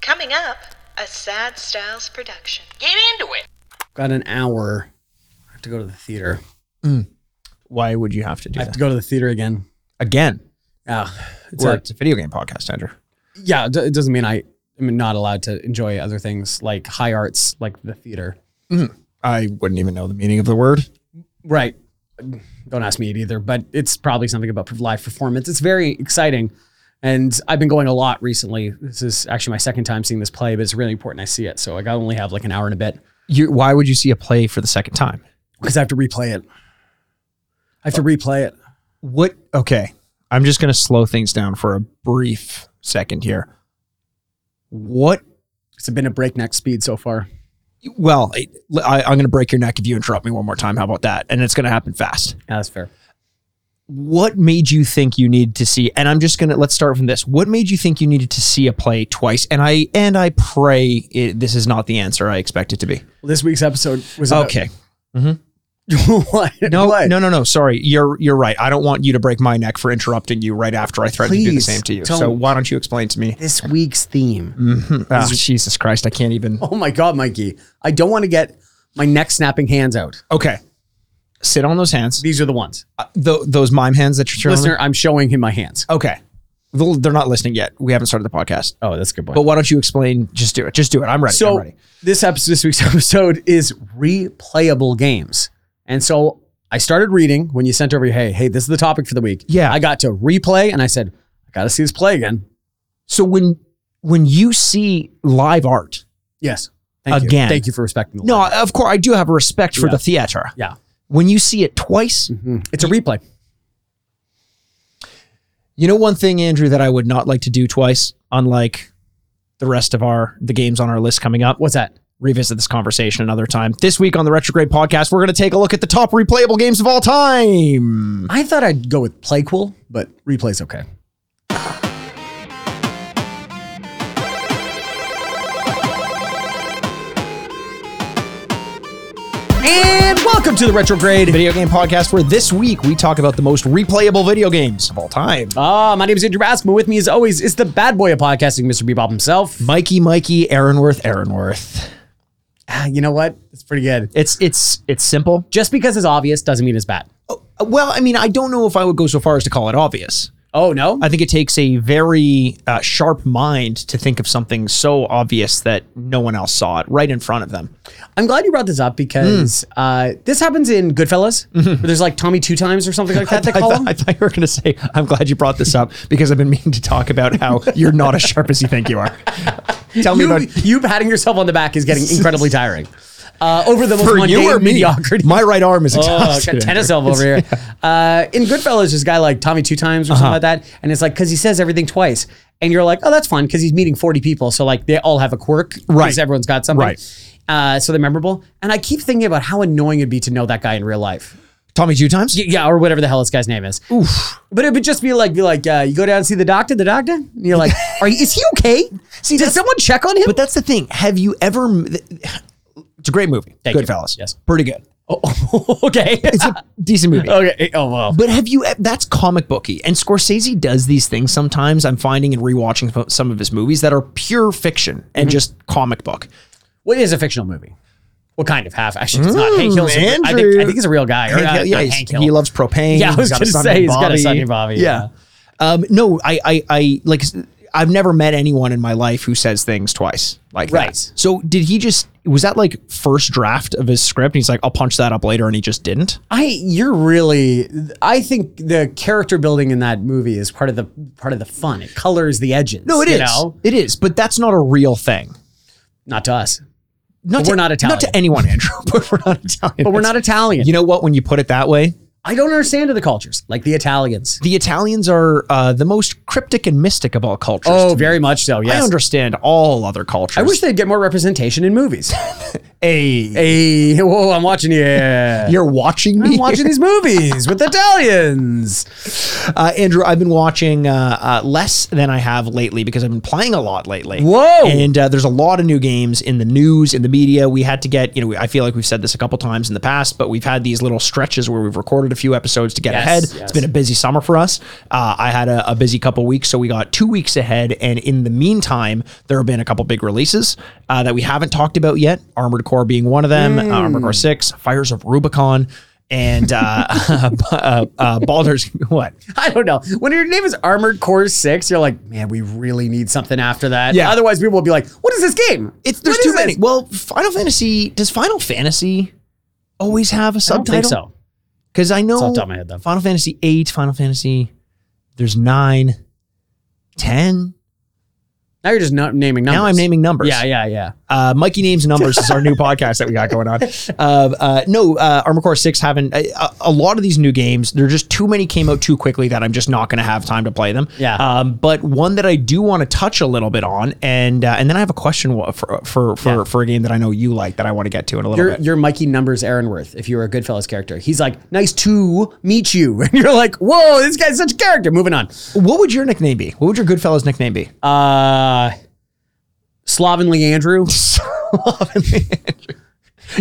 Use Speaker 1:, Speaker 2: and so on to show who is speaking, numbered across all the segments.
Speaker 1: Coming up, a Sad Styles production.
Speaker 2: Get into it.
Speaker 3: Got an hour. I have to go to the theater.
Speaker 4: Why would you have to do
Speaker 3: I
Speaker 4: that
Speaker 3: have to go to the theater again.
Speaker 4: again?
Speaker 3: Yeah. It's
Speaker 4: Or
Speaker 3: like-
Speaker 4: it's a video game podcast, Andrew.
Speaker 3: yeah, it do- it doesn't mean I am not allowed to enjoy other things like high arts, like the theater.
Speaker 4: I wouldn't even know the meaning of the word.
Speaker 3: Right. Don't ask me it either, but it's probably something about live performance. It's very exciting. And I've been going a lot recently. This is actually my second time seeing this play, but it's really important I see it. So like I only have like an hour and a bit
Speaker 4: You, why would you see a play for the second time?
Speaker 3: because I have to replay it. I have to replay it.
Speaker 4: What? Okay, I'm just going to slow things down for a brief second here. What?
Speaker 3: It's been a breakneck speed so far.
Speaker 4: Well, I, I, I'm going to break your neck if you interrupt me one more time. How about that? And it's going to happen fast.
Speaker 3: Yeah, that's fair.
Speaker 4: What made you think you needed to see? And I'm just going to let's start from this. What made you think you needed to see a play twice? And I and I pray it, this is not the answer I expect it to be.
Speaker 3: Well, this week's episode was about-
Speaker 4: Okay.
Speaker 3: What?
Speaker 4: No,
Speaker 3: What?
Speaker 4: no, no, no. Sorry, you're you're right. I don't want you to break my neck for interrupting you right after I threatened to do the
Speaker 3: Please,
Speaker 4: same to you. So
Speaker 3: don't.
Speaker 4: why don't you explain to me?
Speaker 3: This week's theme.
Speaker 4: Ah, Jesus Christ, I can't even.
Speaker 3: Oh my God, Mikey. I don't want to get my neck snapping hands out.
Speaker 4: Okay, sit on those hands.
Speaker 3: These are the ones.
Speaker 4: Uh, tho- those mime hands that you're showing.
Speaker 3: Listener, I'm showing him my hands.
Speaker 4: me? Okay, Well, they're not listening yet. We haven't started the podcast.
Speaker 3: Oh, that's a good point.
Speaker 4: But why don't you explain? Just do it. Just do it. I'm ready. I'm
Speaker 3: so
Speaker 4: ready.
Speaker 3: this episode, this week's episode is replayable games. And so I started reading when you sent over, hey, hey, this is the topic for the week.
Speaker 4: Yeah.
Speaker 3: I got to replay and I said, I got to see this play again.
Speaker 4: So when when you see live art,
Speaker 3: Yes. Thank You.
Speaker 4: Again.
Speaker 3: Thank you for respecting the
Speaker 4: no,
Speaker 3: law.
Speaker 4: I- of course I do have a respect for
Speaker 3: Yeah.
Speaker 4: the theater.
Speaker 3: Yeah.
Speaker 4: When you see it twice,
Speaker 3: Mhm. It's a replay.
Speaker 4: You know one thing, Andrew, that I would not like to do twice, unlike the rest of our the games on our list coming up.
Speaker 3: What's that?
Speaker 4: Revisit this conversation another time. This week on the Retrograde Podcast, we're going to take a look at the top replayable games of all time.
Speaker 3: I thought I'd go with play cool, but replay's okay. And welcome to the retrograde.
Speaker 4: Video game podcast where this week we talk about the most replayable video games of all time.
Speaker 3: Ah, my name is Andrew Bascom. and With me, as always, is the bad boy of podcasting, Mr. Bebop himself.
Speaker 4: Mikey, Mikey, Aaronworth, Aaronworth.
Speaker 3: Ah, You know what? It's pretty good.
Speaker 4: It's it's it's simple.
Speaker 3: Just because it's obvious doesn't mean it's bad.
Speaker 4: Well, I mean, I don't know if I would go so far as to call it obvious.
Speaker 3: Oh no!
Speaker 4: I think it takes a very uh, sharp mind to think of something so obvious that no one else saw it right in front of them.
Speaker 3: I'm glad you brought this up because
Speaker 4: Hmm.
Speaker 3: uh, this happens in Goodfellas. Where there's like Tommy two times or something like that. They
Speaker 4: Mm-hmm. I,
Speaker 3: call
Speaker 4: thought-
Speaker 3: him.
Speaker 4: I thought you were going to say, I'm glad you brought this up because I've been meaning to talk about how you're not as sharp as you think you are. Tell me
Speaker 3: you,
Speaker 4: about
Speaker 3: you patting yourself on the back is getting incredibly tiring. Uh, over the most
Speaker 4: for
Speaker 3: mundane
Speaker 4: you or me.
Speaker 3: mediocrity.
Speaker 4: My right arm is
Speaker 3: Oh, got
Speaker 4: exhausted.
Speaker 3: tennis elbow over here. Uh, in Goodfellas, this guy like Tommy two times or
Speaker 4: Uh-huh.
Speaker 3: something like that, and it's like because he says everything twice, and you're like, oh, that's fun because he's meeting forty people, so like they all have a quirk, 'cause
Speaker 4: Right.
Speaker 3: Everyone's got something,
Speaker 4: Right.
Speaker 3: Uh, so they're memorable. And I keep thinking about how annoying it'd be to know that guy in real life.
Speaker 4: Tommy two times?
Speaker 3: Y- Yeah, or whatever the hell this guy's name is. Oof. But it would just be like, be like, uh, you go down and see the doctor, the doctor, and you're like, are you, is he okay? See, did someone check on him?
Speaker 4: But that's the thing. Have you ever. It's a great movie.
Speaker 3: Thank you.
Speaker 4: Goodfellas.
Speaker 3: Yes.
Speaker 4: Pretty good.
Speaker 3: Oh, okay.
Speaker 4: It's a decent movie.
Speaker 3: okay. Oh well.
Speaker 4: But have you? e, That's comic booky, and Scorsese does these things sometimes. I'm finding and rewatching fo- some of his movies that are pure fiction and
Speaker 3: Mm-hmm.
Speaker 4: just comic book.
Speaker 3: What is a fictional movie? What kind of half? Actually, it's not. Hank Hill's. a- I think.
Speaker 4: Mm, Andrew.
Speaker 3: I think it's a real guy. Or,
Speaker 4: Hank
Speaker 3: uh,
Speaker 4: Hill- yeah,
Speaker 3: not
Speaker 4: he's-
Speaker 3: Hank Hill.
Speaker 4: he loves propane.
Speaker 3: Yeah, I was
Speaker 4: He's got a
Speaker 3: gonna
Speaker 4: son
Speaker 3: say,
Speaker 4: named
Speaker 3: he's got a son named Bobby,
Speaker 4: Um, no, I, I, I like. I've never met anyone in my life who says things twice like
Speaker 3: Right.
Speaker 4: that. So did he just? Was that like first draft of his script? And he's like, I'll punch that up later, and he just didn't.
Speaker 3: I. You're really. I think the character building in that movie is part of the part of the fun. It colors the edges.
Speaker 4: No, it
Speaker 3: you
Speaker 4: is.
Speaker 3: know?
Speaker 4: It is. But that's not a real thing.
Speaker 3: Not to us,
Speaker 4: Not
Speaker 3: But
Speaker 4: to,
Speaker 3: we're not
Speaker 4: Not to
Speaker 3: Italian.
Speaker 4: anyone, Andrew. But we're not Italian.
Speaker 3: but we're
Speaker 4: That's-
Speaker 3: not Italian.
Speaker 4: You know what? When you put it that way,
Speaker 3: I don't understand other cultures like the Italians.
Speaker 4: the Italians are uh, the most cryptic and mystic of all cultures.
Speaker 3: Oh,
Speaker 4: to me.
Speaker 3: very much so.
Speaker 4: I
Speaker 3: Yes.
Speaker 4: understand all other cultures.
Speaker 3: I wish they'd get more representation in movies.
Speaker 4: Hey,
Speaker 3: Hey, whoa, I'm watching you. Yeah.
Speaker 4: you're watching me.
Speaker 3: I'm watching these movies with Italians.
Speaker 4: Uh, Andrew, I've been watching uh, uh, less than I have lately because I've been playing a lot lately.
Speaker 3: Whoa.
Speaker 4: And uh, there's a lot of new games in the news, in the media. We had to get, you know, I feel like we've said this a couple times in the past, but we've had these little stretches where we've recorded a few episodes to get
Speaker 3: Yes,
Speaker 4: ahead.
Speaker 3: yes.
Speaker 4: It's been a busy summer for us. Uh, I had a, a busy couple weeks, so we got two weeks ahead. And in the meantime, there have been a couple big releases uh, that we haven't talked about yet. Armored Core being one of them, uh, Armored
Speaker 3: Hmm.
Speaker 4: Core 6, Fires of Rubicon. And uh, uh, uh, Baldur's what?
Speaker 3: I don't know. When your name is Armored Core 6, you're like, man, we really need something after that.
Speaker 4: Yeah.
Speaker 3: Otherwise, people will be like, what is this game?
Speaker 4: It's there's
Speaker 3: What
Speaker 4: too
Speaker 3: is
Speaker 4: many.
Speaker 3: this?
Speaker 4: Well, Final Fantasy does Final Fantasy always have a
Speaker 3: I don't
Speaker 4: subtitle?
Speaker 3: think so.
Speaker 4: Because I know
Speaker 3: off the top of my head, though.
Speaker 4: Final Fantasy eight, Final Fantasy, there's nine, ten.
Speaker 3: Now you're just not naming numbers.
Speaker 4: Now I'm naming numbers.
Speaker 3: Yeah, yeah, yeah.
Speaker 4: Uh, Mikey names numbers is our new podcast that we got going on. Uh, uh, no, uh, Armor Core Six haven't. A, a- a lot of these new games, there are just too many came out too quickly that I'm just not going to have time to play them.
Speaker 3: Yeah.
Speaker 4: Um, but one that I do want to touch a little bit on, and uh, and then I have a question wa- for for for, for a game that I know you like that I want to get to in a little
Speaker 3: You're,
Speaker 4: bit.
Speaker 3: you're Mikey Numbers Aaronworth, if you were a Goodfellas character. He's like, nice to meet you. And you're like, whoa, this guy's such a character. Moving on.
Speaker 4: What would your nickname be? What would your Goodfellas nickname be?
Speaker 3: Uh, Slovenly Andrew.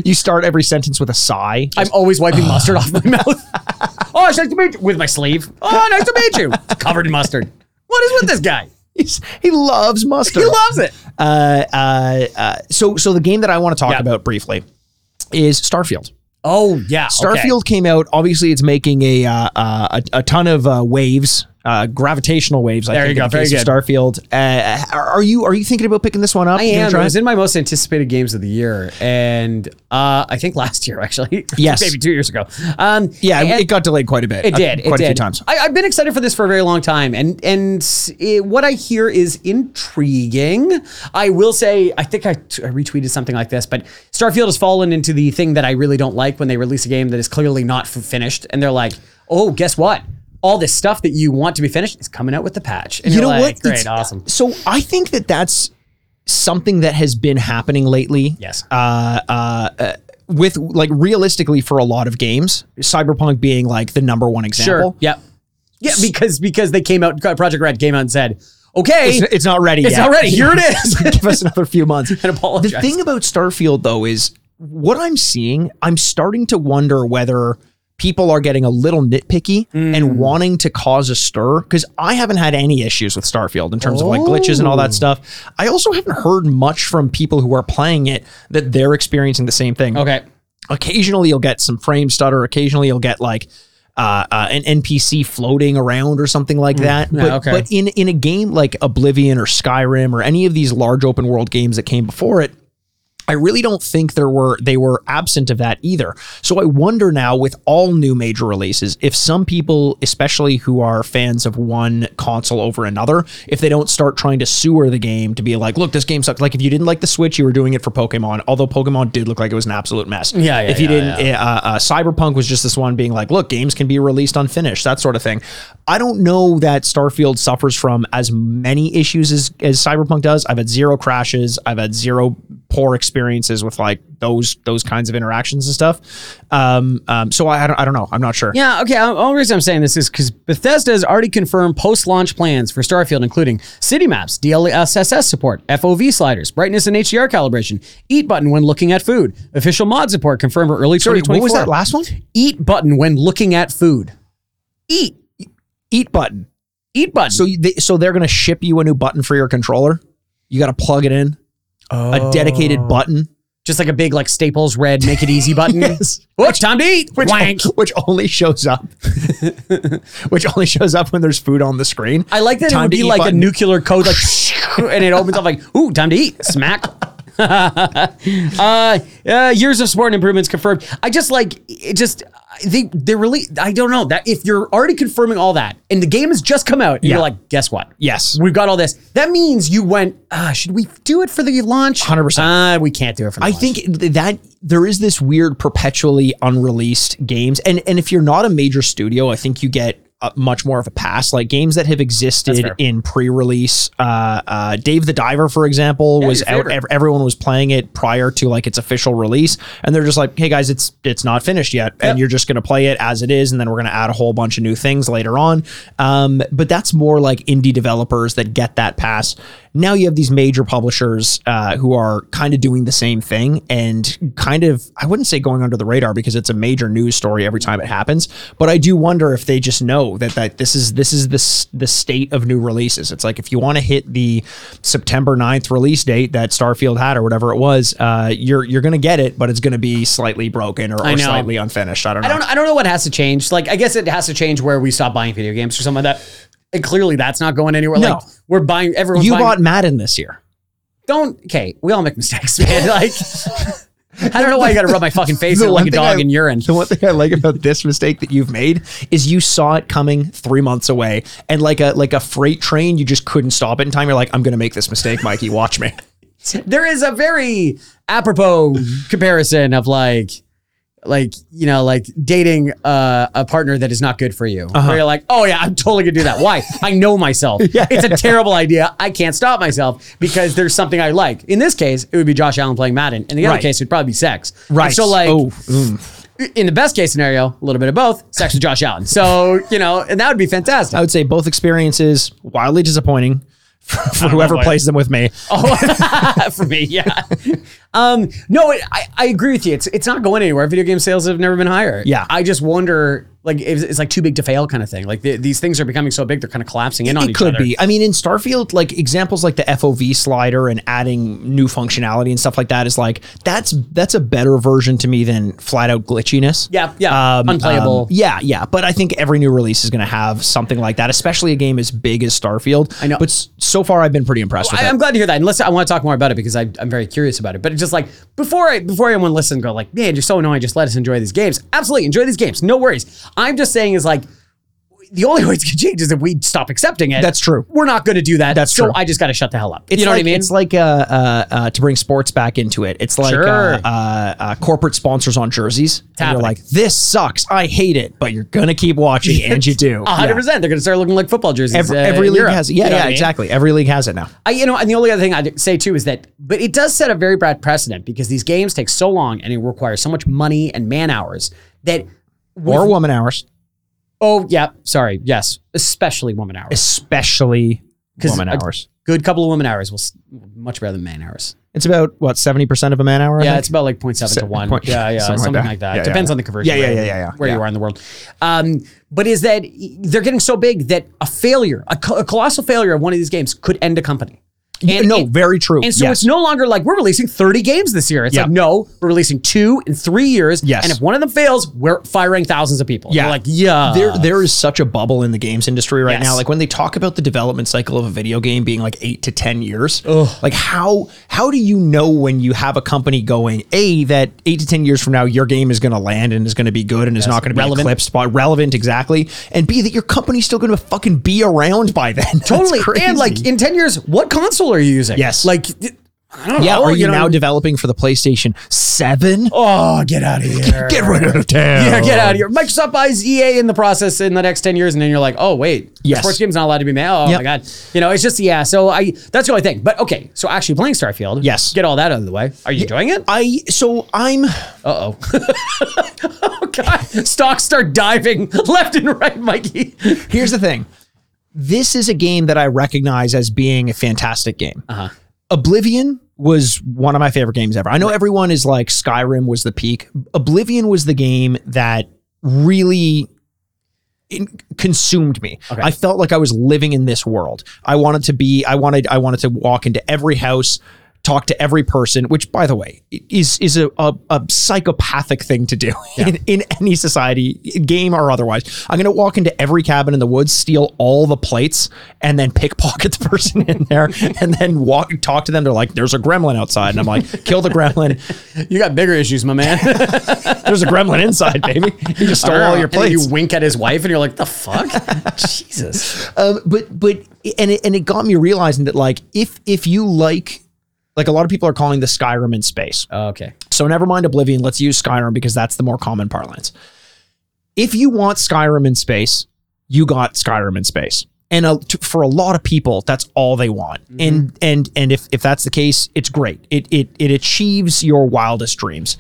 Speaker 4: you start every sentence with a sigh.
Speaker 3: I'm always wiping mustard off my mouth. oh, it's nice to meet you. With my sleeve. Oh, nice to meet you. Covered in mustard. What is with this guy?
Speaker 4: He's- he loves mustard.
Speaker 3: He loves it.
Speaker 4: Uh, uh, uh, so, so the game that I want to talk
Speaker 3: Yeah.
Speaker 4: about briefly is Starfield.
Speaker 3: Oh, yeah. okay.
Speaker 4: Starfield came out. Obviously, it's making a uh, uh, a, a ton of uh, waves, uh, gravitational waves. I
Speaker 3: There you
Speaker 4: think, in
Speaker 3: go.
Speaker 4: the
Speaker 3: Very
Speaker 4: case of
Speaker 3: good.
Speaker 4: Starfield. Uh, are, are you are you thinking about picking this one up?
Speaker 3: I
Speaker 4: You gonna
Speaker 3: am. It
Speaker 4: try
Speaker 3: was in my most anticipated games of the year, and uh, I think last year actually.
Speaker 4: Yes.
Speaker 3: maybe two years ago. Um,
Speaker 4: Yeah,
Speaker 3: and-
Speaker 4: it got delayed quite a bit.
Speaker 3: it
Speaker 4: Uh,
Speaker 3: did.
Speaker 4: quite
Speaker 3: it
Speaker 4: a few
Speaker 3: did.
Speaker 4: times.
Speaker 3: I, I've been excited for this for a very long time, and and it, what I hear is intriguing. I will say, I think I, t- I retweeted something like this, but Starfield has fallen into the thing that I really don't like when they release a game that is clearly not f- finished, and they're like, "Oh, guess what? All this stuff that you want to be finished is coming out with the patch." And
Speaker 4: you
Speaker 3: you're
Speaker 4: know
Speaker 3: like,
Speaker 4: what?
Speaker 3: Great,
Speaker 4: It's-
Speaker 3: awesome.
Speaker 4: So I think that that's something that has been happening lately.
Speaker 3: Yes.
Speaker 4: Uh, uh, uh, with like realistically for a lot of games, Cyberpunk being like the number one example.
Speaker 3: Yep. Yeah, because because they came out, Project Red came out and said, "Okay,
Speaker 4: It's, it's not ready
Speaker 3: It's
Speaker 4: yet.
Speaker 3: not ready. Here it is.
Speaker 4: Give us another few months.
Speaker 3: and apologize."
Speaker 4: The thing about Starfield though is what I'm seeing, I'm starting to wonder whether people are getting a little nitpicky
Speaker 3: Mm.
Speaker 4: and wanting to cause a stir because I haven't had any issues with Starfield in terms of like glitches and all
Speaker 3: Oh.
Speaker 4: that stuff. I also haven't heard much from people who are playing it that they're experiencing the same thing
Speaker 3: okay.
Speaker 4: occasionally you'll get some frame stutter occasionally you'll get like uh, uh, an npc floating around or something like that but,
Speaker 3: okay.
Speaker 4: but in in a game like oblivion or skyrim or any of these large open world games that came before it I really don't think there were they were absent of that either. So I wonder now with all new major releases if some people especially who are fans of one console over another if they don't start trying to sewer the game to be like look this game sucks like if you didn't like the Switch you were doing it for Pokemon although Pokemon did look like it was an absolute mess.
Speaker 3: Yeah, yeah,
Speaker 4: If you
Speaker 3: yeah,
Speaker 4: didn't uh, uh, Cyberpunk was just this one being like look games can be released unfinished that sort of thing. I don't know that Starfield suffers from as many issues as as Cyberpunk does. I've had zero crashes. I've had zero poor experiences with like those those kinds of interactions and stuff. Um, um, so I, I don't I don't know. I'm not sure.
Speaker 3: Yeah, okay. The only reason I'm saying this is because Bethesda has already confirmed post launch plans for Starfield, including city maps, DLSS support, FOV sliders, brightness and HDR calibration, eat button when looking at food, official mod support confirmed for early
Speaker 4: Sorry,
Speaker 3: 2024.
Speaker 4: what was that last one?
Speaker 3: Eat button when looking at food. Eat.
Speaker 4: Eat button.
Speaker 3: Eat button.
Speaker 4: So you- they, so they're gonna ship you a new button for your controller. You got to plug it in. A dedicated button.
Speaker 3: just like a big, like Staples red, make it easy button. Oh, it's time to eat.
Speaker 4: Which,
Speaker 3: Wank.
Speaker 4: which only shows up, which only shows up when there's food on the screen.
Speaker 3: I like that it
Speaker 4: Time
Speaker 3: would
Speaker 4: to
Speaker 3: be
Speaker 4: eat
Speaker 3: like
Speaker 4: button.
Speaker 3: a nuclear code, like, and it opens up like, ooh, time to eat, smack. uh, uh, years of sport and improvements confirmed. I just like it. Just they they really. I don't know that if you're already confirming all that, and the game has just come out, and
Speaker 4: Yeah.
Speaker 3: you're like, guess what?
Speaker 4: Yes.
Speaker 3: We've got all this. That means you went. Ah, should we do it for the launch?
Speaker 4: 100%.
Speaker 3: Uh, we can't do it for. The
Speaker 4: I
Speaker 3: launch.
Speaker 4: think th- that there is this weird perpetually unreleased games, and and if you're not a major studio, I think you get uh, much more of a pass. Like games that have
Speaker 3: That's
Speaker 4: existed
Speaker 3: fair.
Speaker 4: in pre-release. Uh, uh, Dave the Diver, for example,
Speaker 3: Yeah,
Speaker 4: was
Speaker 3: your
Speaker 4: out.
Speaker 3: favorite.
Speaker 4: ev- everyone was playing it prior to like its official release, and they're just like, "Hey guys, it's it's not finished yet,
Speaker 3: Yep.
Speaker 4: and you're just gonna play it as it is, and then we're gonna add a whole bunch of new things later on." Um, but that's more like indie developers that get that pass. Now you have these major publishers uh, who are kind of doing the same thing and kind of I wouldn't say going under the radar because it's a major news story every time it happens. But I do wonder if they just know that that this is this is the s- the state of new releases. It's like if you want to hit the September 9th release date that Starfield had or whatever it was, uh, you're you're gonna get it, but it's gonna be slightly broken or,
Speaker 3: I
Speaker 4: or
Speaker 3: know.
Speaker 4: slightly unfinished. I don't know.
Speaker 3: I don't I don't know what has to change. Like I guess it has to change where we stop buying video games or something like that. And clearly that's not going anywhere.
Speaker 4: No.
Speaker 3: Like we're buying everyone.
Speaker 4: you
Speaker 3: buying,
Speaker 4: bought Madden this year.
Speaker 3: don't okay, we all make mistakes, man. Like I don't know why you gotta rub my fucking face in it like a
Speaker 4: thing
Speaker 3: dog
Speaker 4: I-
Speaker 3: in urine.
Speaker 4: The one thing I like about this mistake that you've made is you saw it coming three months away, and like a like a freight train, you just couldn't stop it in time. You're like, I'm gonna make this mistake, Mikey. Watch me.
Speaker 3: there is a very apropos comparison of like like you know like dating uh, a partner that is not good for you
Speaker 4: Uh-huh.
Speaker 3: where you're like oh yeah i'm totally gonna do that why i know myself it's a terrible idea i can't stop myself because there's something i like in this case it would be josh allen playing madden in the other
Speaker 4: Right.
Speaker 3: case it'd probably be sex And
Speaker 4: Right.
Speaker 3: so like
Speaker 4: Oh, mm.
Speaker 3: in the best case scenario a little bit of both sex with josh allen so you know and that would be fantastic
Speaker 4: I would say both experiences wildly disappointing for, for whoever
Speaker 3: why-
Speaker 4: plays them with me.
Speaker 3: Oh, for me, yeah. Um, no, it, I, I agree with you. It's it's not going anywhere. Video game sales have never been higher.
Speaker 4: Yeah.
Speaker 3: I just wonder, like, if it's like too big to fail kind of thing. Like the, these things are becoming so big, they're kind of collapsing in on
Speaker 4: it
Speaker 3: each
Speaker 4: could
Speaker 3: other.
Speaker 4: be. I mean, in Starfield, like examples like the FOV slider and adding new functionality and stuff like that is like that's that's a better version to me than flat out glitchiness.
Speaker 3: Yeah, yeah, unplayable.
Speaker 4: Um, yeah, yeah. But I think every new release is going to have something like that, especially a game as big as Starfield.
Speaker 3: I know. Oh,
Speaker 4: But s- so far, I've been pretty impressed with
Speaker 3: I,
Speaker 4: it.
Speaker 3: I'm glad to hear that. And listen, I want to talk more about it because I, I'm very curious about it. But it's just like before, I, before anyone listens, and go like, man, you're so annoying. Just let us enjoy these games. Absolutely, enjoy these games. No worries. I'm just saying is like. The only way it's going to change is if we stop accepting it.
Speaker 4: That's true.
Speaker 3: We're not going to do that.
Speaker 4: That's
Speaker 3: so
Speaker 4: true.
Speaker 3: I just got to shut the hell up.
Speaker 4: It's
Speaker 3: you know
Speaker 4: like,
Speaker 3: what I mean?
Speaker 4: It's like uh, uh, uh, to bring sports back into it. It's like
Speaker 3: Sure.
Speaker 4: uh, uh, uh, corporate sponsors on jerseys. And you're
Speaker 3: happening.
Speaker 4: like, this sucks. I hate it, but you're gonna keep watching, and you do.
Speaker 3: A hundred
Speaker 4: Yeah.
Speaker 3: percent. They're going to start looking like football jerseys.
Speaker 4: Every,
Speaker 3: uh,
Speaker 4: every
Speaker 3: in
Speaker 4: league
Speaker 3: Europe.
Speaker 4: has, yeah,
Speaker 3: You know what
Speaker 4: yeah,
Speaker 3: I mean?
Speaker 4: exactly. Every league has it now.
Speaker 3: I, you know, and the only other thing I'd say too is that, but it does set a very bad precedent because these games take so long and it requires so much money and man hours that.
Speaker 4: Or woman hours,
Speaker 3: Oh yeah, sorry. Yes, especially woman hours.
Speaker 4: especially
Speaker 3: 'Cause
Speaker 4: woman
Speaker 3: a-
Speaker 4: hours.
Speaker 3: Good couple of woman hours will s- much better than man hours.
Speaker 4: It's about what seventy percent of a man hour. I
Speaker 3: yeah,
Speaker 4: think?
Speaker 3: it's about like 0.7 to
Speaker 4: Se-
Speaker 3: one.
Speaker 4: point-
Speaker 3: yeah, yeah, something, like that.
Speaker 4: Yeah, yeah,
Speaker 3: Depends
Speaker 4: yeah.
Speaker 3: on the conversion.
Speaker 4: Yeah, yeah,
Speaker 3: rate
Speaker 4: yeah,
Speaker 3: and
Speaker 4: yeah, yeah.
Speaker 3: Where you
Speaker 4: Yeah.
Speaker 3: are in the world, um, but is that y- they're getting so big that a failure, a, co- a colossal failure of one of these games could end a company. And
Speaker 4: no,
Speaker 3: it-
Speaker 4: very true.
Speaker 3: And so
Speaker 4: Yes.
Speaker 3: it's no longer like we're releasing 30 games this year. It's
Speaker 4: Yeah.
Speaker 3: like, no, we're releasing two in three years.
Speaker 4: Yes.
Speaker 3: And if one of them fails, we're firing thousands of people.
Speaker 4: Yeah.
Speaker 3: You're like, yeah.
Speaker 4: there there is such a bubble in the games industry right
Speaker 3: Um, Yes.
Speaker 4: now. Like when they talk about the development cycle of a video game being like eight to ten years, like how how do you know when you have a company going a that eight to ten years from now your game is going to land and is going to be good and is not going to be
Speaker 3: relevant.
Speaker 4: eclipsed by relevant exactly, and b that your company's still going to fucking be around by then. That's
Speaker 3: totally.
Speaker 4: crazy.
Speaker 3: And like in 10 years, what console are you using?
Speaker 4: Yes.
Speaker 3: Like, th- I don't
Speaker 4: yeah,
Speaker 3: know.
Speaker 4: are you,
Speaker 3: know,
Speaker 4: now developing for the PlayStation Seven?
Speaker 3: Oh, get out of here.
Speaker 4: Get right out of town.
Speaker 3: Yeah, get out of here. Microsoft buys EA in the process in the next 10 years, and then you're like, oh, wait,
Speaker 4: Yes.
Speaker 3: sports game's not allowed to be made. Oh,
Speaker 4: Yep.
Speaker 3: my God. You know, it's just, yeah. So I that's the only thing. But okay, so actually playing Starfield.
Speaker 4: Yes.
Speaker 3: Get all that out of the way. Are you enjoying it?
Speaker 4: I so I'm
Speaker 3: Uh oh. oh God. Stocks start diving left and right, Mikey.
Speaker 4: Here's the thing. This is a game that I recognize as being a fantastic game.
Speaker 3: Uh-huh.
Speaker 4: Oblivion was one of my favorite games ever. I know everyone is like Skyrim was the peak. Oblivion was the game that really in- consumed me.
Speaker 3: Okay.
Speaker 4: I felt like I was living in this world. I wanted to be I wanted I wanted to walk into every house talk to every person which by the way is is a, a, a psychopathic thing to do in, in any society game or otherwise i'm going to walk into every cabin in the woods steal all the plates and then pickpocket the person in there and then walk talk to them they're like there's a gremlin outside and i'm like kill the gremlin
Speaker 3: You got bigger issues, my man.
Speaker 4: there's a gremlin inside baby he just stole all your
Speaker 3: And then
Speaker 4: plates
Speaker 3: You wink at his wife, and you're like, the fuck? Jesus.
Speaker 4: um, but but and it, and it got me realizing that like if if you like like a lot of people are calling the Skyrim in space.
Speaker 3: Okay.
Speaker 4: So never mind Oblivion, let's use Skyrim because that's the more common parlance. If you want Skyrim in space, you got Skyrim in space. And a, to, for a lot of people, that's all they want. And and and if if that's the case, it's great. It it it achieves your wildest dreams.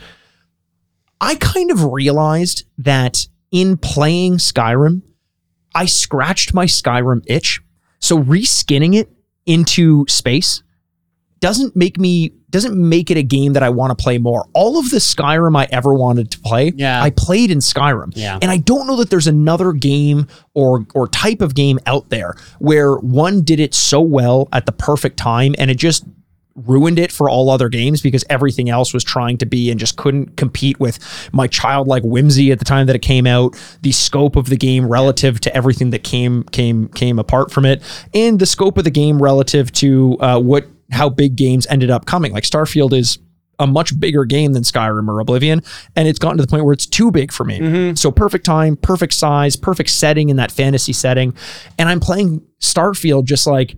Speaker 4: I kind of realized that in playing Skyrim, I scratched my Skyrim itch. So reskinning it into space doesn't make me doesn't make it a game that I want to play more. All of the Skyrim I ever wanted to play,
Speaker 3: Yeah.
Speaker 4: I played in Skyrim.
Speaker 3: Yeah.
Speaker 4: And I don't know that there's another game or or type of game out there where one did it so well at the perfect time and it just ruined it for all other games because everything else was trying to be and just couldn't compete with my childlike whimsy at the time that it came out, the scope of the game relative to everything that came came came apart from it, and the scope of the game relative to uh, what how big games ended up coming. Like Starfield is a much bigger game than Skyrim or Oblivion, and it's gotten to the point where it's too big for me. So perfect time, perfect size, perfect setting in that fantasy setting, and I'm playing Starfield just like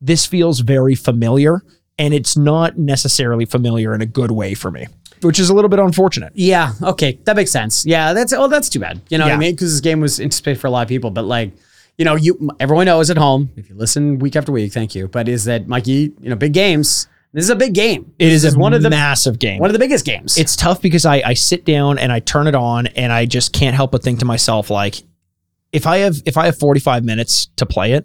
Speaker 4: this feels very familiar and it's not necessarily familiar in a good way for me which is a little bit unfortunate
Speaker 3: Yeah. Okay. That makes sense. Yeah. That's oh, that's too bad. You know what
Speaker 4: Yeah.
Speaker 3: I mean? Because this game was anticipated for a lot of people, but like, you know, you everyone knows at home if you listen week after week. Thank you. But is that Mikey? You know, big games. This is a big game.
Speaker 4: it is,
Speaker 3: This
Speaker 4: a
Speaker 3: one of the
Speaker 4: massive game
Speaker 3: one of the biggest games.
Speaker 4: it's tough because I, I sit down and i turn it on and i just can't help but think to myself like if i have if i have 45 minutes to play it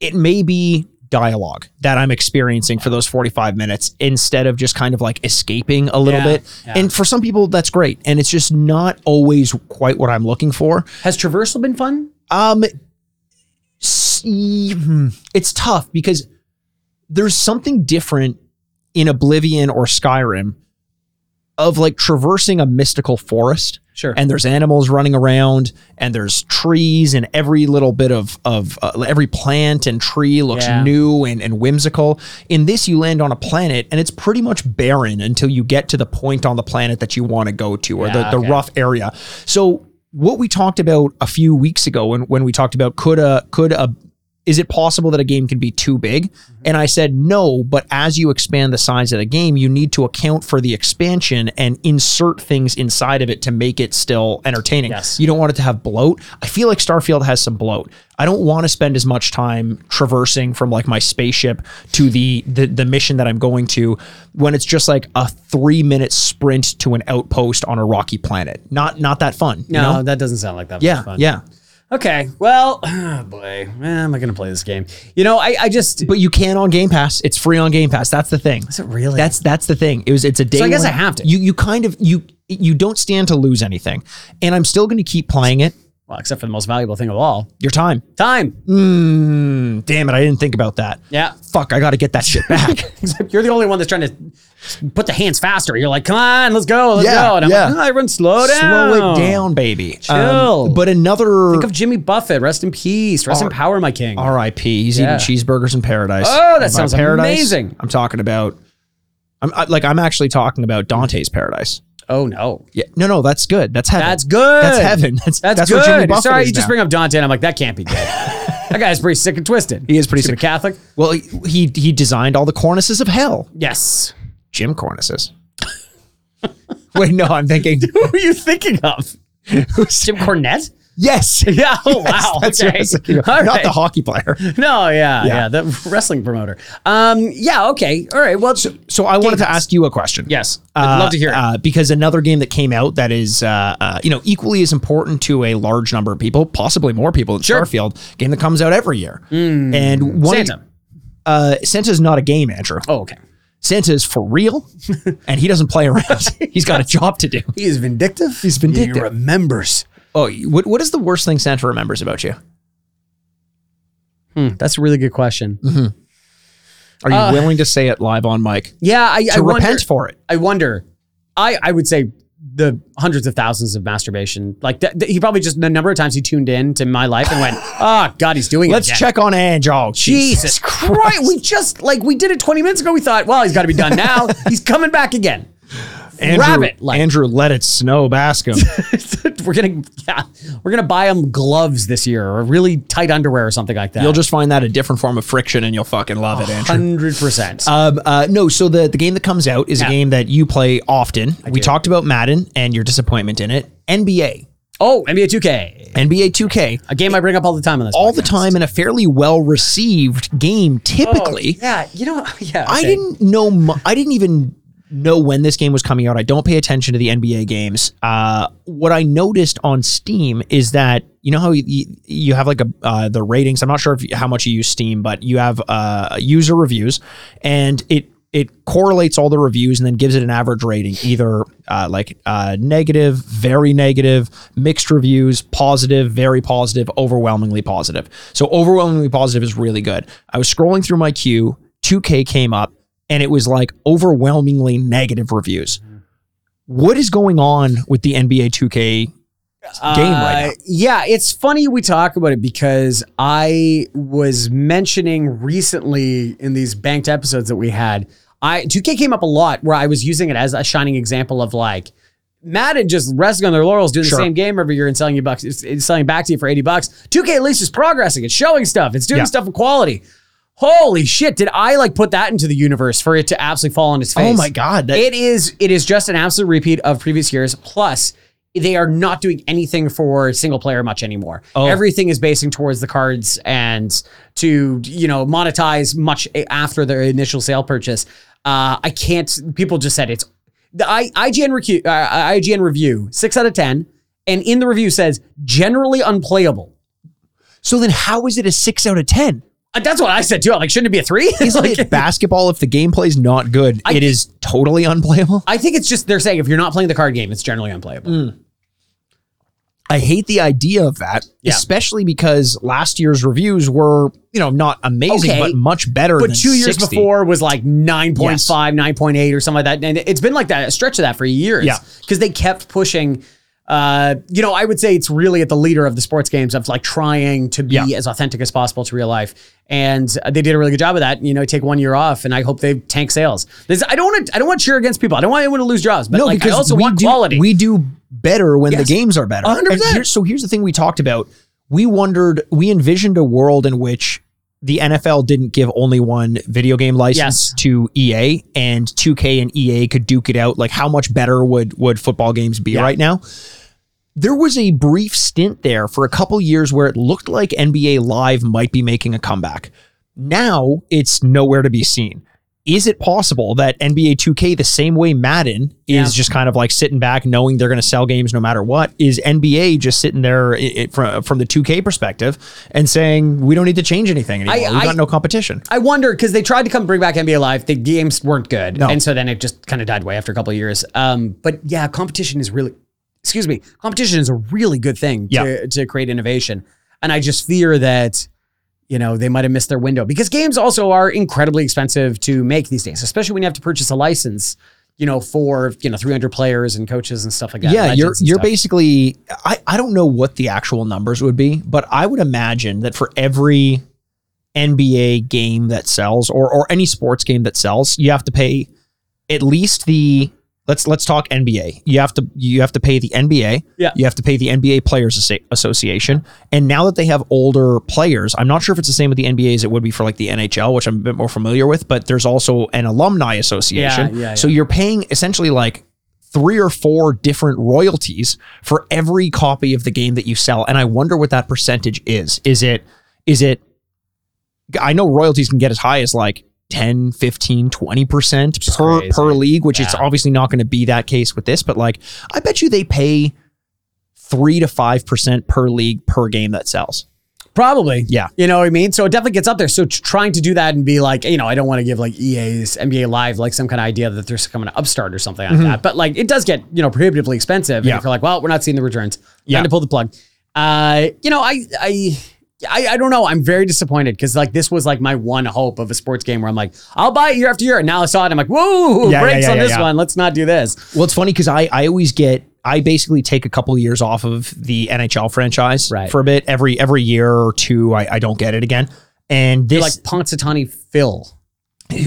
Speaker 4: it may be dialogue that i'm experiencing for those 45 minutes instead of just kind of like escaping a little
Speaker 3: Yeah,
Speaker 4: bit
Speaker 3: yeah.
Speaker 4: and for some people that's great and it's just not always quite what i'm looking for
Speaker 3: has traversal been fun?
Speaker 4: Um, s- hmm, it's tough because there's something different in Oblivion or Skyrim of like traversing a mystical forest
Speaker 3: Sure.
Speaker 4: and there's animals running around and there's trees and every little bit of of uh, every plant and tree looks
Speaker 3: Yeah.
Speaker 4: new and, and whimsical in this you land on a planet and it's pretty much barren until you get to the point on the planet that you want to go to or
Speaker 3: Yeah,
Speaker 4: the, the
Speaker 3: okay.
Speaker 4: rough area so what we talked about a few weeks ago when, when we talked about could a could a is it possible that a game can be too big?
Speaker 3: Mm-hmm.
Speaker 4: And I said, no, but as you expand the size of the game, you need to account for the expansion and insert things inside of it to make it still entertaining.
Speaker 3: Yes.
Speaker 4: You don't want it to have bloat. I feel like Starfield has some bloat. I don't want to spend as much time traversing from like my spaceship to the, the the mission that I'm going to when it's just like a three minute sprint to an outpost on a rocky planet. Not not that fun. you
Speaker 3: no,
Speaker 4: know?
Speaker 3: that doesn't sound like that. much
Speaker 4: Yeah.
Speaker 3: fun.
Speaker 4: Yeah.
Speaker 3: Okay. Well, boy, eh, am I gonna play this game? You know, I I just.
Speaker 4: But you can on Game Pass. It's free on Game Pass. That's the thing.
Speaker 3: is it really?
Speaker 4: That's that's the thing. It was it's a day.
Speaker 3: I guess
Speaker 4: one-
Speaker 3: I have to.
Speaker 4: You you kind of you you don't stand to lose anything, and I'm still going to keep playing it.
Speaker 3: well, except for the most valuable thing of all,
Speaker 4: Your time.
Speaker 3: time.
Speaker 4: Mm, damn it! I didn't think about that.
Speaker 3: Yeah.
Speaker 4: Fuck! I got to get that shit back.
Speaker 3: Except you're the only one that's trying to put the hands faster. You're like, come on, let's go, let's
Speaker 4: Yeah,
Speaker 3: go. And I'm
Speaker 4: yeah.
Speaker 3: like, no, everyone, slow down.
Speaker 4: Slow it down, baby. Um,
Speaker 3: Chill.
Speaker 4: but another
Speaker 3: Think of Jimmy Buffett. Rest in peace. Rest in power, my king.
Speaker 4: R.I.P. He's
Speaker 3: Yeah.
Speaker 4: eating cheeseburgers in paradise.
Speaker 3: Oh, that
Speaker 4: And by
Speaker 3: sounds amazing.
Speaker 4: I'm talking about. I'm I, like I'm actually talking about Dante's paradise.
Speaker 3: Oh no,
Speaker 4: Yeah. No, no, that's good. That's heaven.
Speaker 3: that's good.
Speaker 4: That's heaven. That's
Speaker 3: That's,
Speaker 4: that's,
Speaker 3: good.
Speaker 4: what Jimmy Buffett
Speaker 3: Sorry,
Speaker 4: is
Speaker 3: you just
Speaker 4: now.
Speaker 3: bring up Dante, and I'm like, that can't be good. that guy's pretty sick and twisted.
Speaker 4: He is pretty
Speaker 3: Stupid
Speaker 4: sick.
Speaker 3: Catholic.
Speaker 4: Well, he he designed all the cornices of hell.
Speaker 3: Yes.
Speaker 4: Jim cornices. Wait, no, I'm thinking.
Speaker 3: Who are you thinking of? Jim Cornette?
Speaker 4: Yes.
Speaker 3: Yeah. Oh wow.
Speaker 4: That's what I was
Speaker 3: okay.
Speaker 4: thinking of.
Speaker 3: All
Speaker 4: Not
Speaker 3: right.
Speaker 4: the hockey player.
Speaker 3: no. Yeah, yeah.
Speaker 4: Yeah.
Speaker 3: The wrestling promoter. Um. Yeah. Okay. All right. Well.
Speaker 4: So I wanted to
Speaker 3: Games.
Speaker 4: ask you a question.
Speaker 3: yes. I'd love to hear it.
Speaker 4: Uh, because another game that came out that is, uh, uh, you know, equally as important to a large number of people, possibly more people than
Speaker 3: Sure. Hmm.
Speaker 4: Starfield, game that comes out every year. and one
Speaker 3: Santa.
Speaker 4: uh, Santa's not a game, Andrew.
Speaker 3: Oh, okay.
Speaker 4: Santa is for real, and he doesn't play around. He's got a job to do.
Speaker 3: He is vindictive. He's
Speaker 4: vindictive.
Speaker 3: He remembers.
Speaker 4: Oh, what, what is the worst thing Santa remembers about you?
Speaker 3: Hmm, That's a really good question.
Speaker 4: Mm-hmm. Are you willing to say it live on mic?
Speaker 3: Yeah, I, Uh, I
Speaker 4: To
Speaker 3: wonder,
Speaker 4: repent for it.
Speaker 3: I wonder. I I would say the hundreds of thousands of masturbation. Like th- th- he probably just the number of times he tuned in to my life and went, "Oh God, he's doing it."
Speaker 4: Let's
Speaker 3: again."
Speaker 4: check on Ange. Oh,
Speaker 3: Jesus Christ! We just like we did it 20 minutes ago. We thought, well, he's got to be done now. he's coming back again.
Speaker 4: Andrew,
Speaker 3: Rabbit like
Speaker 4: Andrew, let it snow, Bascom.
Speaker 3: we're gonna yeah, we're gonna buy him gloves this year or really tight underwear or something like that.
Speaker 4: you'll just find that a different form of friction, and you'll fucking love it, Andrew.
Speaker 3: hundred percent.
Speaker 4: Um, uh, no, so the, the game that comes out is
Speaker 3: Yeah.
Speaker 4: a game that you play often. we talked about Madden and your disappointment in it. NBA.
Speaker 3: Oh, NBA 2K,
Speaker 4: NBA 2K,
Speaker 3: a game I bring up all the time on this.
Speaker 4: all the
Speaker 3: podcast.
Speaker 4: time in a fairly well received game
Speaker 3: Oh,
Speaker 4: typically.
Speaker 3: yeah, you know, yeah.
Speaker 4: I
Speaker 3: okay.
Speaker 4: didn't know. Mu- I didn't even know when this game was coming out. I don't pay attention to the NBA games. Uh, what I noticed on Steam is that you know how you, you have like a uh, the ratings. I'm not sure if you- how much you use Steam, but you have uh, user reviews, and it it correlates all the reviews and then gives it an average rating, either uh, like uh, negative, very negative, mixed reviews, positive, very positive, overwhelmingly positive. So overwhelmingly positive is really good. I was scrolling through my queue. 2K came up and it was like overwhelmingly negative reviews.
Speaker 3: Mm-hmm.
Speaker 4: What is going on with the NBA 2K? game right now.
Speaker 3: Uh, Yeah, it's funny we talk about it because I was mentioning recently in these banked episodes that we had, I 2K came up a lot where I was using it as a shining example of like Madden just resting on their laurels, doing
Speaker 4: Sure.
Speaker 3: the same game every year and selling you bucks, it's, it's selling back to you for 80 bucks. 2K at least is progressing, it's showing stuff, it's doing
Speaker 4: Yeah.
Speaker 3: stuff of quality. Holy shit, did I like put that into the universe for it to absolutely fall on its face?
Speaker 4: Oh my god, that
Speaker 3: it is it is just an absolute repeat of previous years. Plus, they are not doing anything for single player much anymore.
Speaker 4: Oh.
Speaker 3: Everything is basing towards the cards and to you know monetize much a- after their initial sale purchase. Uh, I can't. People just said it's the I, IGN recu- uh, IGN review six out of ten, and in the review says generally unplayable.
Speaker 4: So then how is it a 6 out of 10?
Speaker 3: Uh, That's what I said too. I'm like, shouldn't it be a three?
Speaker 4: Isn't it basketball if the gameplay's not good, it is totally unplayable?
Speaker 3: I think it's just they're saying if you're not playing the card game, it's generally unplayable.
Speaker 4: I hate the idea of that,
Speaker 3: Yeah.
Speaker 4: especially because last year's reviews were, you know, not amazing
Speaker 3: Okay.
Speaker 4: but much better
Speaker 3: but
Speaker 4: than
Speaker 3: two years
Speaker 4: 60.
Speaker 3: before was like 9.5 9.8 or something like that and it's been like that a stretch of that for years
Speaker 4: Yeah.
Speaker 3: because they kept pushing uh, you know i would say it's really at the leader of the sports games of like trying to be
Speaker 4: Yeah.
Speaker 3: as authentic as possible to real life and uh, they did a really good job of that you know take one year off and i hope they tank sales this, i don't want to i don't want to cheer against people i don't want anyone to lose jobs but
Speaker 4: no,
Speaker 3: like, i
Speaker 4: because
Speaker 3: also
Speaker 4: we
Speaker 3: want
Speaker 4: do,
Speaker 3: quality
Speaker 4: We do better when
Speaker 3: Yes.
Speaker 4: the games are better.
Speaker 3: 100%.
Speaker 4: And here- so here's the thing we talked about. We wondered, we envisioned a world in which the NFL didn't give only one video game license
Speaker 3: Yes.
Speaker 4: to EA and 2K and EA could duke it out. Like how much better would would football games be right now? There was a brief stint there for a couple years where it looked like NBA Live might be making a comeback. Now it's nowhere to be seen. Is it possible that NBA 2K, the same way Madden
Speaker 3: Yeah.
Speaker 4: is just kind of like sitting back, knowing they're going to sell games no matter what, is NBA just sitting there i i- from, from the 2K perspective and saying, we don't need to change anything anymore?
Speaker 3: I-
Speaker 4: We've
Speaker 3: I-
Speaker 4: got no competition.
Speaker 3: I wonder because they tried to come bring back NBA Live. The games weren't good,
Speaker 4: No.
Speaker 3: and so then it just kind of died away after a couple of years. Um, but yeah, competition is really, excuse me, competition is a really good thing
Speaker 4: Yeah.
Speaker 3: to to create innovation. And I just fear that you know they might have missed their window because games also are incredibly expensive to make these days, especially when you have to purchase a license. You know, for you know, three hundred players and coaches and stuff like that.
Speaker 4: yeah,
Speaker 3: legends
Speaker 4: you're
Speaker 3: and
Speaker 4: you're
Speaker 3: stuff.
Speaker 4: basically I, I don't know what the actual numbers would be, but I would imagine that for every NBA game that sells or or any sports game that sells, you have to pay at least the let's let's talk NBA. You have to you have to pay the NBA.
Speaker 3: Yeah.
Speaker 4: You have to pay the NBA Players Asso- Association. And now that they have older players, I'm not sure if it's the same with the NBA as it would be for like the NHL, which I'm a bit more familiar with, but there's also an alumni association.
Speaker 3: Yeah, yeah,
Speaker 4: So
Speaker 3: yeah.
Speaker 4: you're paying essentially like three or four different royalties for every copy of the game that you sell. And I wonder what that percentage is. Is it is it I know royalties can get as high as like 10, 15, 20%
Speaker 3: is
Speaker 4: per
Speaker 3: crazy.
Speaker 4: per league, which it's
Speaker 3: Yeah.
Speaker 4: obviously not going to be that case with this, but like I bet you they pay 3 to 5% per league per game that sells.
Speaker 3: Probably.
Speaker 4: Yeah.
Speaker 3: You know what I mean? So it definitely gets up there. So t- trying to do that and be like, you know, I don't want to give like E EA's NBA Live like some kind of idea that there's coming to upstart or something like that. But like it does get, you know, prohibitively expensive.
Speaker 4: Mm-hmm. Yeah.
Speaker 3: And if you're like, well, we're not seeing the returns.
Speaker 4: Yeah.
Speaker 3: Time to pull the plug. Uh, you know, I I I, I don't know. I'm very disappointed because like this was like my one hope of a sports game where I'm like, I'll buy it year after year. And now I saw it. I'm like, whoa,
Speaker 4: Yeah, yeah,
Speaker 3: breaks
Speaker 4: yeah,
Speaker 3: on
Speaker 4: yeah,
Speaker 3: this
Speaker 4: yeah.
Speaker 3: one. Let's not do this.
Speaker 4: Well, it's funny cuz I I always get I basically take a couple years off of the NHL franchise
Speaker 3: Right.
Speaker 4: for a bit every every year or two I, I don't get it again. And
Speaker 3: You're
Speaker 4: this
Speaker 3: like Ponsatani Phil,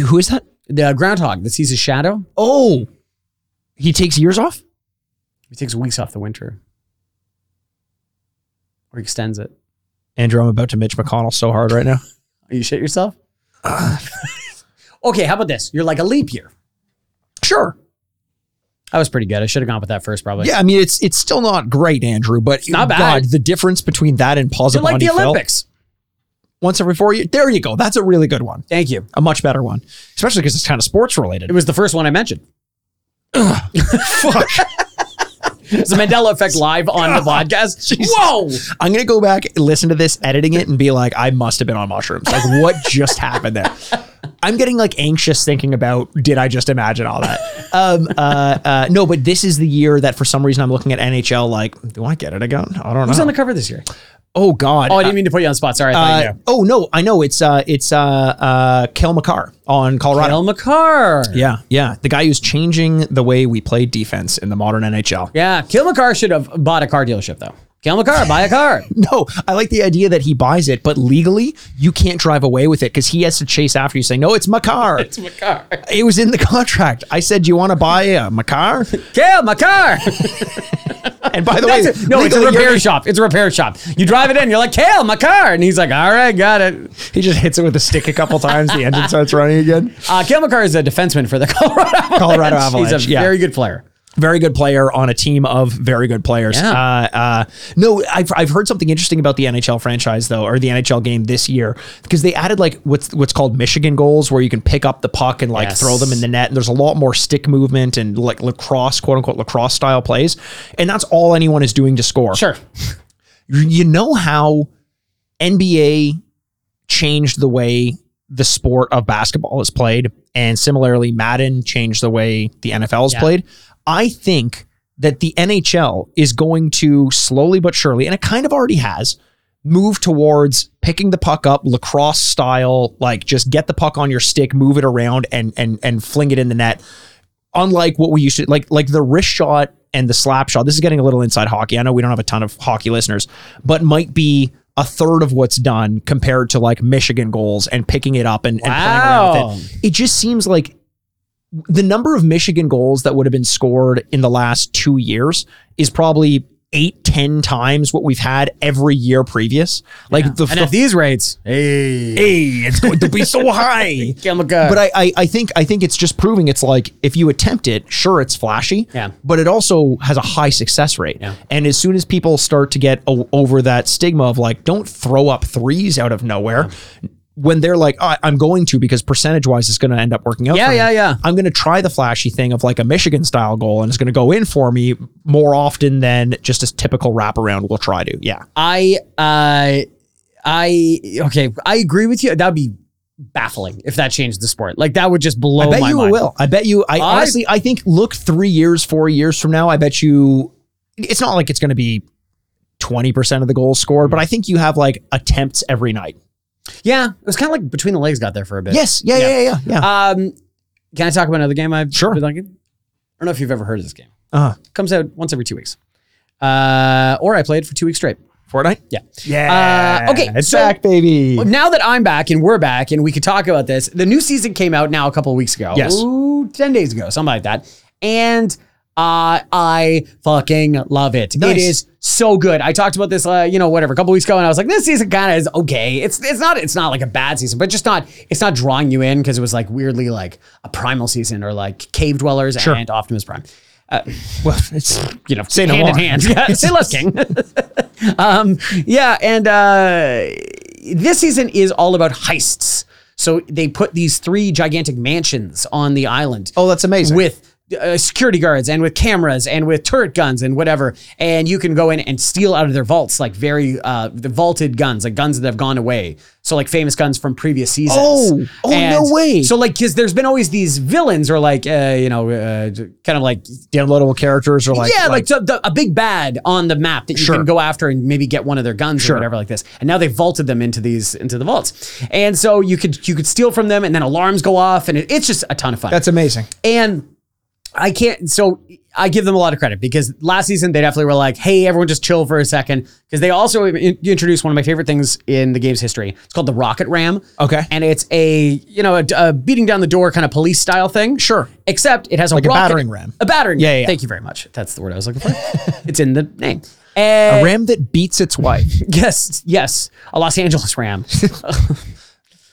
Speaker 4: who is that?
Speaker 3: the groundhog that sees his shadow.
Speaker 4: Oh. He takes years off?
Speaker 3: He takes weeks off the winter. Or extends it.
Speaker 4: Andrew, I'm about to Mitch McConnell so hard right now.
Speaker 3: Are you shit yourself? okay, how about this? You're like a leap year.
Speaker 4: Sure.
Speaker 3: I was pretty good. I should have gone with that first, probably.
Speaker 4: Yeah, I mean it's it's still not great, Andrew, but
Speaker 3: not bad.
Speaker 4: God, the difference between that and Paws
Speaker 3: They're
Speaker 4: of
Speaker 3: like the
Speaker 4: Bonnie Fell-
Speaker 3: Olympics.
Speaker 4: once every four years. There you go. That's a really good one.
Speaker 3: Thank you.
Speaker 4: A much better one, especially because it's kind of sports related.
Speaker 3: It was the first one I mentioned.
Speaker 4: Fuck.
Speaker 3: It's the Mandela effect live on the podcast. Whoa!
Speaker 4: I'm gonna go back, listen to this, editing it, and be like, I must have been on mushrooms. Like, what just happened there? I'm getting like anxious thinking about did I just imagine all that? Um, uh, uh, no, but this is the year that for some reason I'm looking at NHL like, do I get it again? I don't
Speaker 3: Who's
Speaker 4: know.
Speaker 3: on the cover this year?
Speaker 4: oh God.
Speaker 3: Oh, I didn't mean to put you on the spot. Sorry. I thought
Speaker 4: Uh,
Speaker 3: you knew.
Speaker 4: Oh no, I know it's uh, it's uh, uh, Kel McCarr on Colorado.
Speaker 3: Al McCarr. Yeah.
Speaker 4: Yeah, yeah. The guy who's changing the way we play defense in the modern NHL.
Speaker 3: yeah. Kale McCarr should have bought a car dealership, though. Kale McCarr, buy a car.
Speaker 4: No, I like the idea that he buys it, but legally, you can't drive away with it because he has to chase after you saying, No, it's my car.
Speaker 3: it's McCarr.
Speaker 4: it was in the contract. I said, You want to buy a my car?
Speaker 3: Kale McCarr.
Speaker 4: And by the way,
Speaker 3: That's it. No, it's a
Speaker 4: legally, you're-
Speaker 3: repair shop. It's a repair shop. You drive it in, you're like, Kale McCarr. And he's like, all right, got it.
Speaker 4: he just hits it with a stick a couple times. The engine starts running again.
Speaker 3: Uh, Kale McCarr is a defenseman for the Colorado Avalanche.
Speaker 4: Colorado Avalanche,
Speaker 3: He's a
Speaker 4: yeah.
Speaker 3: very good player.
Speaker 4: Very good player on a team of very good players.
Speaker 3: Yeah.
Speaker 4: Uh, uh, no, I've, I've heard something interesting about the NHL franchise though, or the NHL game this year, because they added like what's what's called Michigan goals, where you can pick up the puck and like
Speaker 3: Yes.
Speaker 4: throw them in the net. And there's a lot more stick movement and like lacrosse, quote unquote lacrosse style plays, and that's all anyone is doing to score.
Speaker 3: Sure.
Speaker 4: You know how NBA changed the way the sport of basketball is played, and similarly, Madden changed the way the NFL is
Speaker 3: Yeah.
Speaker 4: played. I think that the NHL is going to slowly but surely, and it kind of already has, move towards picking the puck up lacrosse style, like just get the puck on your stick, move it around, and and and fling it in the net. Unlike what we used to like, like the wrist shot and the slap shot. This is getting a little inside hockey. I know we don't have a ton of hockey listeners, but might be a third of what's done compared to like Michigan goals and picking it up and, and playing around
Speaker 3: Wow.
Speaker 4: with it. It just seems like the number of Michigan goals that would have been scored in the last two years is probably eight, ten times what we've had every year previous. Like the,
Speaker 3: And
Speaker 4: the-
Speaker 3: at these rates, hey.
Speaker 4: hey, it's going to be so high.
Speaker 3: Kale McCarr.
Speaker 4: But I, I, I think I think it's just proving it's like if you attempt it, sure it's flashy,
Speaker 3: Yeah.
Speaker 4: but it also has a high success rate.
Speaker 3: Yeah.
Speaker 4: And as soon as people start to get o- over that stigma of like, don't throw up threes out of nowhere, when they're like, oh, I'm going to because percentage wise it's going to end up working out.
Speaker 3: Yeah,
Speaker 4: for me.
Speaker 3: yeah, yeah.
Speaker 4: I'm going to try the flashy thing of like a Michigan style goal, and it's going to go in for me more often than just a typical wraparound will try to. Yeah,
Speaker 3: I uh I okay, I agree with you. That would be baffling if that changed the sport. Like that would just blow
Speaker 4: I bet
Speaker 3: my
Speaker 4: you it
Speaker 3: mind.
Speaker 4: will. I bet you. I,
Speaker 3: I-
Speaker 4: honestly, I think look three years, four years from now. I bet you. It's not like it's going to be twenty percent of the goals scored, but I think you have like attempts every night.
Speaker 3: Yeah, it was kind of like between the legs got there for a bit.
Speaker 4: Yes. Yeah. Yeah. Yeah. Yeah. yeah.
Speaker 3: Um can I talk about another game I've
Speaker 4: Sure.
Speaker 3: been liking? I don't know if you've ever heard of this game.
Speaker 4: Uh,
Speaker 3: comes out once every 2 weeks. Uh or I played for 2 weeks straight.
Speaker 4: Fortnite.
Speaker 3: Yeah.
Speaker 4: Yeah.
Speaker 3: Uh, okay,
Speaker 4: It's
Speaker 3: so-
Speaker 4: back, baby.
Speaker 3: Well, now that I'm back and we're back and we could talk about this, the new season came out now a couple of weeks ago.
Speaker 4: Yes.
Speaker 3: Ooh, 10 days ago, something like that. And uh, I fucking love it.
Speaker 4: Nice.
Speaker 3: It is so good. I talked about this, uh, you know, whatever, a couple of weeks ago, and I was like, this season kind of is okay. It's it's not it's not like a bad season, but just not it's not drawing you in because it was like weirdly like a primal season or like cave dwellers and Optimus Prime.
Speaker 4: Well, it's
Speaker 3: You know,
Speaker 4: Say no
Speaker 3: hand in
Speaker 4: more.
Speaker 3: hand. Yeah, say less, King. um, yeah, and uh, this season is all about heists. So they put these three gigantic mansions on the island
Speaker 4: oh, that's amazing.
Speaker 3: with uh, security guards and with cameras and with turret guns and whatever. And you can go in and steal out of their vaults, like very uh, the vaulted guns, like guns that have gone away. So like famous guns from previous seasons.
Speaker 4: Oh, oh, no way.
Speaker 3: So like, because there's been always these villains or like uh, you know uh, kind of like
Speaker 4: Downloadable characters or like
Speaker 3: yeah, like, so the, a big bad on the map that you
Speaker 4: Sure.
Speaker 3: can go after and maybe get one of their guns
Speaker 4: Sure.
Speaker 3: or whatever like this. And now they've vaulted them into these into the vaults, and so you could you could steal from them, and then alarms go off, and it, it's just a ton of fun.
Speaker 4: that's amazing.
Speaker 3: and I can't. So I give them a lot of credit because last season they definitely were like, "Hey, everyone, just chill for a second. Because they also in- introduced one of my favorite things in the game's history. It's called the Rocket Ram.
Speaker 4: Okay.
Speaker 3: and it's a you know a, a beating down the door kind of police style thing.
Speaker 4: Sure.
Speaker 3: except it has a
Speaker 4: Like a
Speaker 3: rocket-
Speaker 4: battering ram.
Speaker 3: a battering.
Speaker 4: Yeah,
Speaker 3: ram.
Speaker 4: yeah, yeah.
Speaker 3: Thank you very much. That's the word I was looking for. it's in the name. And
Speaker 4: A ram that beats its wife.
Speaker 3: yes, yes, a Los Angeles Ram.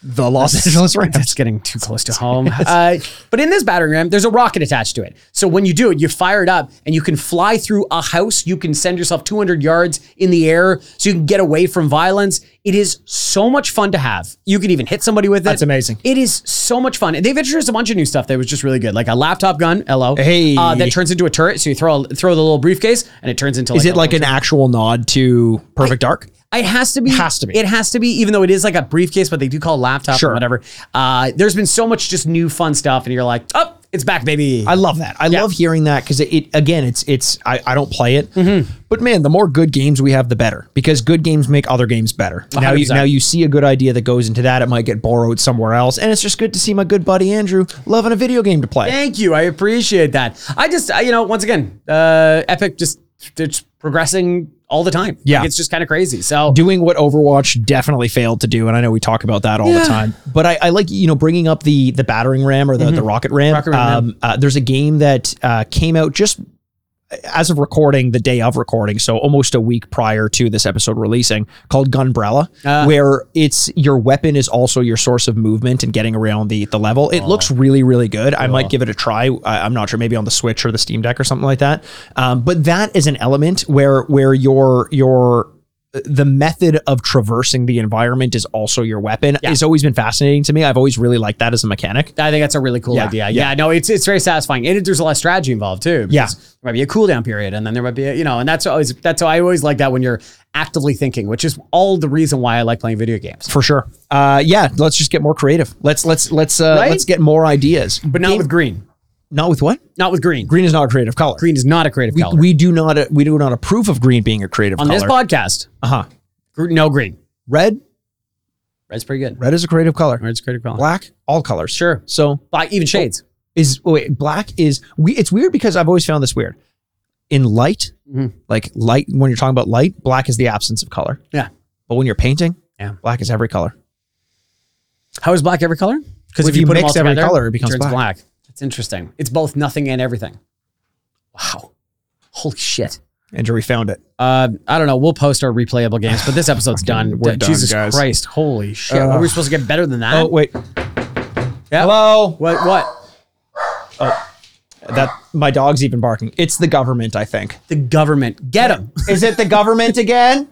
Speaker 4: the Los Angeles Rams.
Speaker 3: That's getting too close to home. Uh, but in this battering ram, there's a rocket attached to it. So when you do it, you fire it up and you can fly through a house. You can send yourself 200 yards in the air so you can get away from violence. It is so much fun to have. You can even hit somebody with it.
Speaker 4: That's amazing.
Speaker 3: It is so much fun. And they've introduced a bunch of new stuff that was just really good, like a laptop gun, LO,
Speaker 4: Hey.
Speaker 3: uh, that turns into a turret. So you throw a, throw the little briefcase and it turns into
Speaker 4: Is it
Speaker 3: a-
Speaker 4: like an actual nod to Perfect Dark?
Speaker 3: it has to be.
Speaker 4: Has to be.
Speaker 3: It has to be, even though it is like a briefcase, but they do call it laptop
Speaker 4: Sure.
Speaker 3: or whatever. Uh, there's been so much just new fun stuff, and you're like, oh, it's back, baby.
Speaker 4: I love that. I love hearing that because it, it again, it's it's I, I don't play it, but man, the more good games we have, the better because good games make other games better. Now you
Speaker 3: 100%.
Speaker 4: now you see a good idea that goes into that, it might get borrowed somewhere else, and it's just good to see my good buddy Andrew loving a video game to play.
Speaker 3: Thank you. I appreciate that. I just, I, you know, once again, uh, Epic just it's progressing all the time.
Speaker 4: Yeah.
Speaker 3: Like, it's just kind of crazy. So
Speaker 4: doing what Overwatch definitely failed to do, and I know we talk about that all the
Speaker 3: Yeah.
Speaker 4: time. But I, I like you know bringing up the the battering ram or the, the rocket ram.
Speaker 3: Rocket ram,
Speaker 4: um, uh, there's a game that uh, came out just as of recording, the day of recording, so almost a week prior to this episode releasing, called Gunbrella,
Speaker 3: Ah.
Speaker 4: where it's your weapon is also your source of movement and getting around the the level. It looks really really good. I might give it a try. I, I'm not sure, maybe on the Switch or the Steam Deck or something like that. Um, but that is an element where where your your the method of traversing the environment is also your weapon. It's always been fascinating to me. I've always really liked that as a mechanic.
Speaker 3: I think that's a really cool
Speaker 4: Yeah,
Speaker 3: idea. Yeah. no, it's it's very satisfying, and it, there's a lot of strategy involved too.
Speaker 4: Yeah.
Speaker 3: because there might be a cooldown period, and then there might be a, you know, and that's always that's how I always like that when you're actively thinking, which is all the reason why I like playing video games.
Speaker 4: For sure. Uh, yeah, let's just get more creative. Let's let's let's uh,
Speaker 3: Right?
Speaker 4: let's get more ideas.
Speaker 3: But not
Speaker 4: Game-
Speaker 3: with green.
Speaker 4: not with what?
Speaker 3: Not with green.
Speaker 4: Green is not a creative color.
Speaker 3: Green is not a creative
Speaker 4: we,
Speaker 3: color.
Speaker 4: we do not we do not approve of green being a creative
Speaker 3: On
Speaker 4: color.
Speaker 3: this podcast,
Speaker 4: uh-huh.
Speaker 3: gr- no green.
Speaker 4: Red,
Speaker 3: Red's pretty good.
Speaker 4: red is a creative color.
Speaker 3: Red's a creative color.
Speaker 4: Black, all colors.
Speaker 3: Sure.
Speaker 4: So
Speaker 3: Black, even shades.
Speaker 4: is oh wait, black is we it's weird because I've always found this weird. In light,
Speaker 3: Mhm.
Speaker 4: like light when you're talking about light, black is the absence of color.
Speaker 3: Yeah.
Speaker 4: But when you're painting,
Speaker 3: Yeah.
Speaker 4: black is every color.
Speaker 3: How is black every color? Because
Speaker 4: Well, if you mix every color, it becomes
Speaker 3: turns
Speaker 4: black.
Speaker 3: That's interesting. It's both nothing and everything. Wow. Holy shit.
Speaker 4: Andrew, we found it.
Speaker 3: Uh, I don't know. We'll post our replayable games, but this episode's done.
Speaker 4: we're
Speaker 3: D-
Speaker 4: done,
Speaker 3: Jesus
Speaker 4: guys.
Speaker 3: Christ. Holy shit. Are we supposed to get better than that?
Speaker 4: Oh wait.
Speaker 3: Yeah.
Speaker 4: Hello.
Speaker 3: What? What?
Speaker 4: That my dog's even barking. It's the government, I think.
Speaker 3: The government. Get them.
Speaker 4: Is it the government again?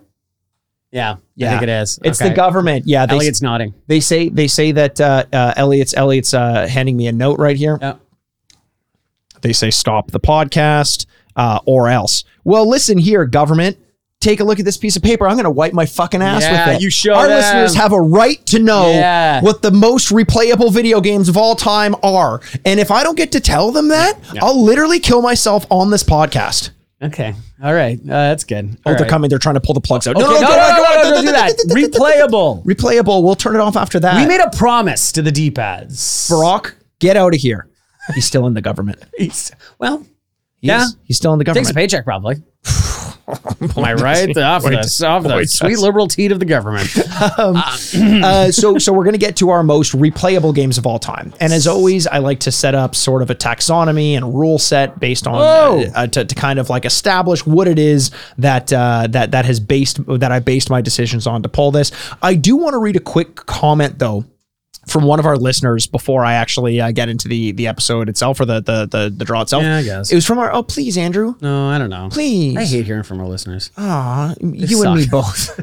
Speaker 3: Yeah. I think it is.
Speaker 4: It's the
Speaker 3: Okay.
Speaker 4: government. Yeah. They,
Speaker 3: Elliot's nodding.
Speaker 4: they say they say that uh, uh, Elliot's Elliot's uh, handing me a note right here.
Speaker 3: Yeah.
Speaker 4: They say stop the podcast uh, or else. Well, listen here, government. Take a look at this piece of paper. I'm going to wipe my fucking ass
Speaker 3: Yeah,
Speaker 4: with it.
Speaker 3: you show
Speaker 4: Our
Speaker 3: them.
Speaker 4: listeners have a right to know
Speaker 3: Yeah.
Speaker 4: what the most replayable video games of all time are, and if I don't get to tell them that, I'll literally kill myself on this podcast.
Speaker 3: Okay. All right. Uh, that's good.
Speaker 4: Oh,
Speaker 3: All
Speaker 4: they're
Speaker 3: right.
Speaker 4: coming. They're trying to pull the plugs out.
Speaker 3: Okay, no, no, no, no, no, don't do that. Replayable.
Speaker 4: Replayable. We'll turn it off after that.
Speaker 3: We made a promise to the D pads.
Speaker 4: Brock, get out of here. He's still in the government.
Speaker 3: Well,
Speaker 4: He
Speaker 3: Yeah.
Speaker 4: is. He's still in the
Speaker 3: takes a
Speaker 4: government.
Speaker 3: paycheck probably. Am I right? Off
Speaker 4: Boy,
Speaker 3: the,
Speaker 4: does-
Speaker 3: off
Speaker 4: boy,
Speaker 3: the
Speaker 4: does.
Speaker 3: sweet liberal teat of the government. Hmm.
Speaker 4: Uh, so, so we're going to get to our most replayable games of all time. And as always, I like to set up sort of a taxonomy and rule set based on
Speaker 3: Oh.
Speaker 4: uh, uh, to, to kind of like establish what it is that uh, that that has based that I based my decisions on to pull this. I do want to read a quick comment though from one of our listeners before I actually uh, get into the the episode itself or the the the, the draw itself.
Speaker 3: Yeah, I guess.
Speaker 4: It was from our oh please Andrew
Speaker 3: no, I don't know.
Speaker 4: please.
Speaker 3: I hate hearing from our listeners.
Speaker 4: Aw, you
Speaker 3: suck.
Speaker 4: and me both.